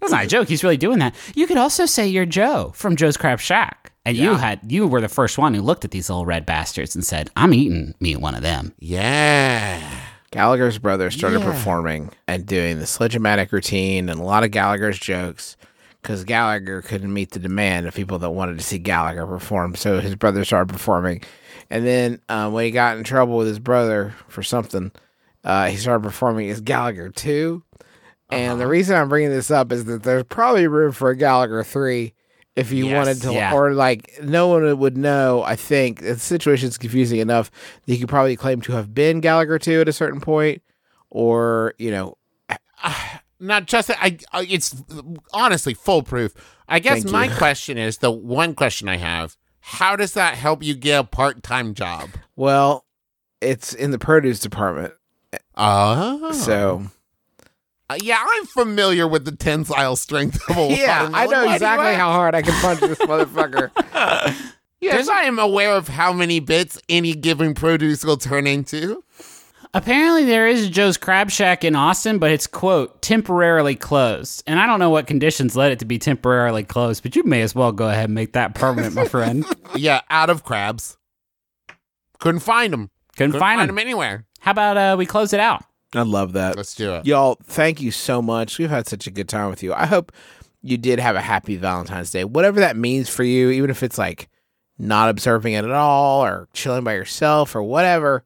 [SPEAKER 4] That's not a joke. He's really doing that. You could also say you're Joe from Joe's Crab Shack, and you had, you were the first one who looked at these little red bastards and said, "I'm eating me one of them."
[SPEAKER 3] Yeah. *sighs*
[SPEAKER 2] Gallagher's brother started performing and doing the sledge-o-matic routine and a lot of Gallagher's jokes because Gallagher couldn't meet the demand of people that wanted to see Gallagher perform. So his brother started performing. And then uh, when he got in trouble with his brother for something, uh, he started performing as Gallagher 2. And the reason I'm bringing this up is that there's probably room for a Gallagher 3 if you
[SPEAKER 4] Yes,
[SPEAKER 2] wanted to,
[SPEAKER 4] yeah.
[SPEAKER 2] or like no one would know. I think the situation's confusing enough that you could probably claim to have been Gallagher 2 at a certain point, or, you know,
[SPEAKER 3] Not just that I, I it's honestly foolproof. I guess
[SPEAKER 2] Thank you.
[SPEAKER 3] my question is the one question I have, how does that help you get a part-time job?
[SPEAKER 2] well, it's in the produce department.
[SPEAKER 3] Oh.
[SPEAKER 2] So,
[SPEAKER 3] Uh, yeah, I'm familiar with the tensile strength of a
[SPEAKER 2] *laughs* yeah,
[SPEAKER 3] watermelon.
[SPEAKER 2] I know
[SPEAKER 3] Why do
[SPEAKER 2] exactly
[SPEAKER 3] I- *laughs*
[SPEAKER 2] how hard I can punch this motherfucker.
[SPEAKER 3] Yes, I am aware of how many bits any given produce will turn into.
[SPEAKER 4] Apparently, there is a Joe's Crab Shack in Austin, but it's quote temporarily closed, and I don't know what conditions led it to be temporarily closed. But you may as well go ahead and make that permanent, *laughs* my friend.
[SPEAKER 3] Yeah, out of crabs. Couldn't find them.
[SPEAKER 4] Couldn't,
[SPEAKER 3] Couldn't
[SPEAKER 4] find
[SPEAKER 3] find
[SPEAKER 4] him.
[SPEAKER 3] them anywhere.
[SPEAKER 4] How about uh, we close it out?
[SPEAKER 2] I love that.
[SPEAKER 3] Let's do it.
[SPEAKER 2] Y'all, thank you so much. We've had such a good time with you. I hope you did have a happy Valentine's Day, whatever that means for you, even if it's like not observing it at all or chilling by yourself or whatever.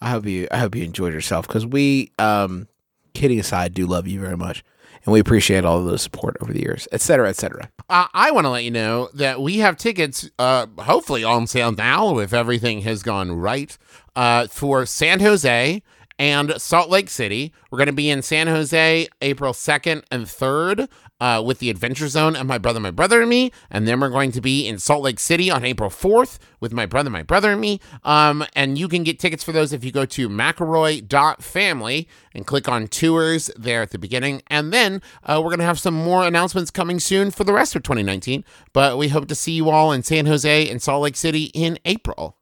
[SPEAKER 2] I hope you I hope you enjoyed yourself because we, um, kidding aside, do love you very much. And we appreciate all of the support over the years, et cetera, et cetera.
[SPEAKER 3] Uh, I want to let you know that we have tickets, uh, hopefully on sale now if everything has gone right, uh, for San Jose and Salt Lake City. We're going to be in San Jose April 2nd and 3rd uh, with the Adventure Zone and My Brother, My Brother and Me. And then we're going to be in Salt Lake City on April 4th with My Brother, My Brother and Me. Um, and you can get tickets for those if you go to McElroy.family and click on tours there at the beginning. And then uh, we're going to have some more announcements coming soon for the rest of 2019. But we hope to see you all in San Jose and Salt Lake City in April.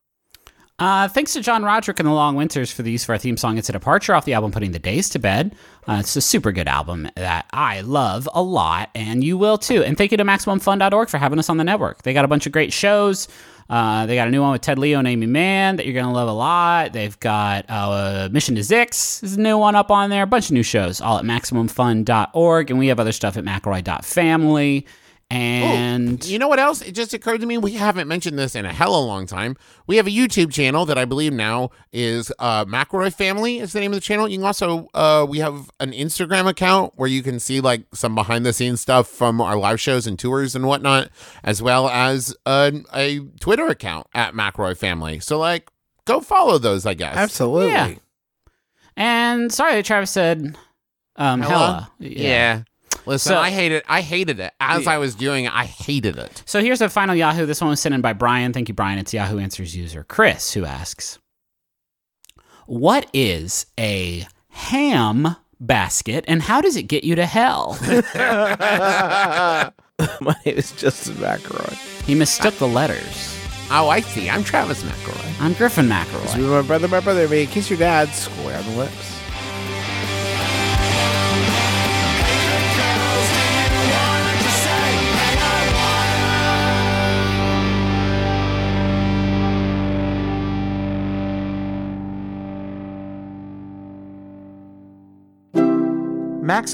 [SPEAKER 4] Uh, thanks to John Roderick and the Long Winters for the use of our theme song. It's a departure off the album Putting the Days to Bed. Uh, it's a super good album that I love a lot, and you will too. And thank you to MaximumFun.org for having us on the network. They got a bunch of great shows. Uh, they got a new one with Ted Leo and Amy Mann that you're going to love a lot. They've got uh, Mission to Zix is a new one up on there. A bunch of new shows all at MaximumFun.org. And we have other stuff at McElroy.family. And
[SPEAKER 3] You know what else? It just occurred to me we haven't mentioned this in a hell of a long time. We have a YouTube channel that I believe now is uh, McElroy Family is the name of the channel. You can also uh, we have an Instagram account where you can see like some behind the scenes stuff from our live shows and tours and whatnot, as well as an, a Twitter account at McElroy Family. So like, go follow those, I guess.
[SPEAKER 2] Absolutely.
[SPEAKER 4] Yeah. and sorry that Travis said um,
[SPEAKER 3] Hella?
[SPEAKER 4] hella.
[SPEAKER 3] Yeah. Listen,
[SPEAKER 4] So-
[SPEAKER 3] I hated I hated it. As I was doing it, I hated it.
[SPEAKER 4] So here's a final Yahoo. This one was sent in by Brian. Thank you, Brian. It's Yahoo Answers user Chris who asks, "What is a ham basket, and how does it get you to hell?"
[SPEAKER 2] *laughs*
[SPEAKER 4] *laughs*
[SPEAKER 2] My name is Justin McElroy.
[SPEAKER 4] he mistook the letters.
[SPEAKER 3] Oh, I see. I'm Travis McElroy.
[SPEAKER 4] I'm Griffin
[SPEAKER 2] This
[SPEAKER 4] McElroy.
[SPEAKER 2] is my brother, my brother, me. Kiss your dad, square on the lips.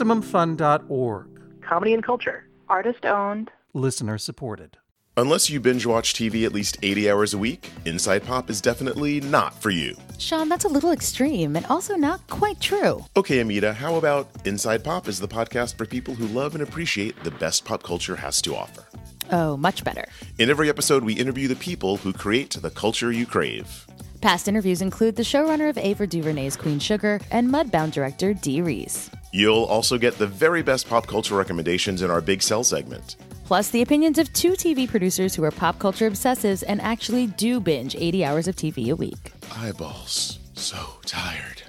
[SPEAKER 9] MaximumFun.org.
[SPEAKER 10] comedy and culture. Artist owned.
[SPEAKER 9] Listener supported.
[SPEAKER 11] Unless you binge watch TV at least 80 hours a week, Inside Pop is definitely not for you.
[SPEAKER 12] Sean, that's a little extreme and also not quite true.
[SPEAKER 11] Okay, Amita, how about Inside Pop is the podcast for people who love and appreciate the best pop culture has to offer?
[SPEAKER 12] Oh, much better.
[SPEAKER 11] In every episode, we interview the people who create the culture you crave.
[SPEAKER 12] Past interviews include the showrunner of Ava DuVernay's Queen Sugar and Mudbound director Dee Reese.
[SPEAKER 11] You'll also get the very best pop culture recommendations in our Big Sell segment.
[SPEAKER 12] Plus, the opinions of two TV producers who are pop culture obsessives and actually do binge 80 hours of TV a week.
[SPEAKER 11] Eyeballs, so tired.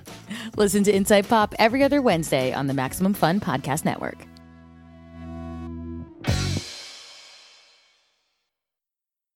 [SPEAKER 12] Listen to Inside Pop every other Wednesday on the Maximum Fun Podcast Network.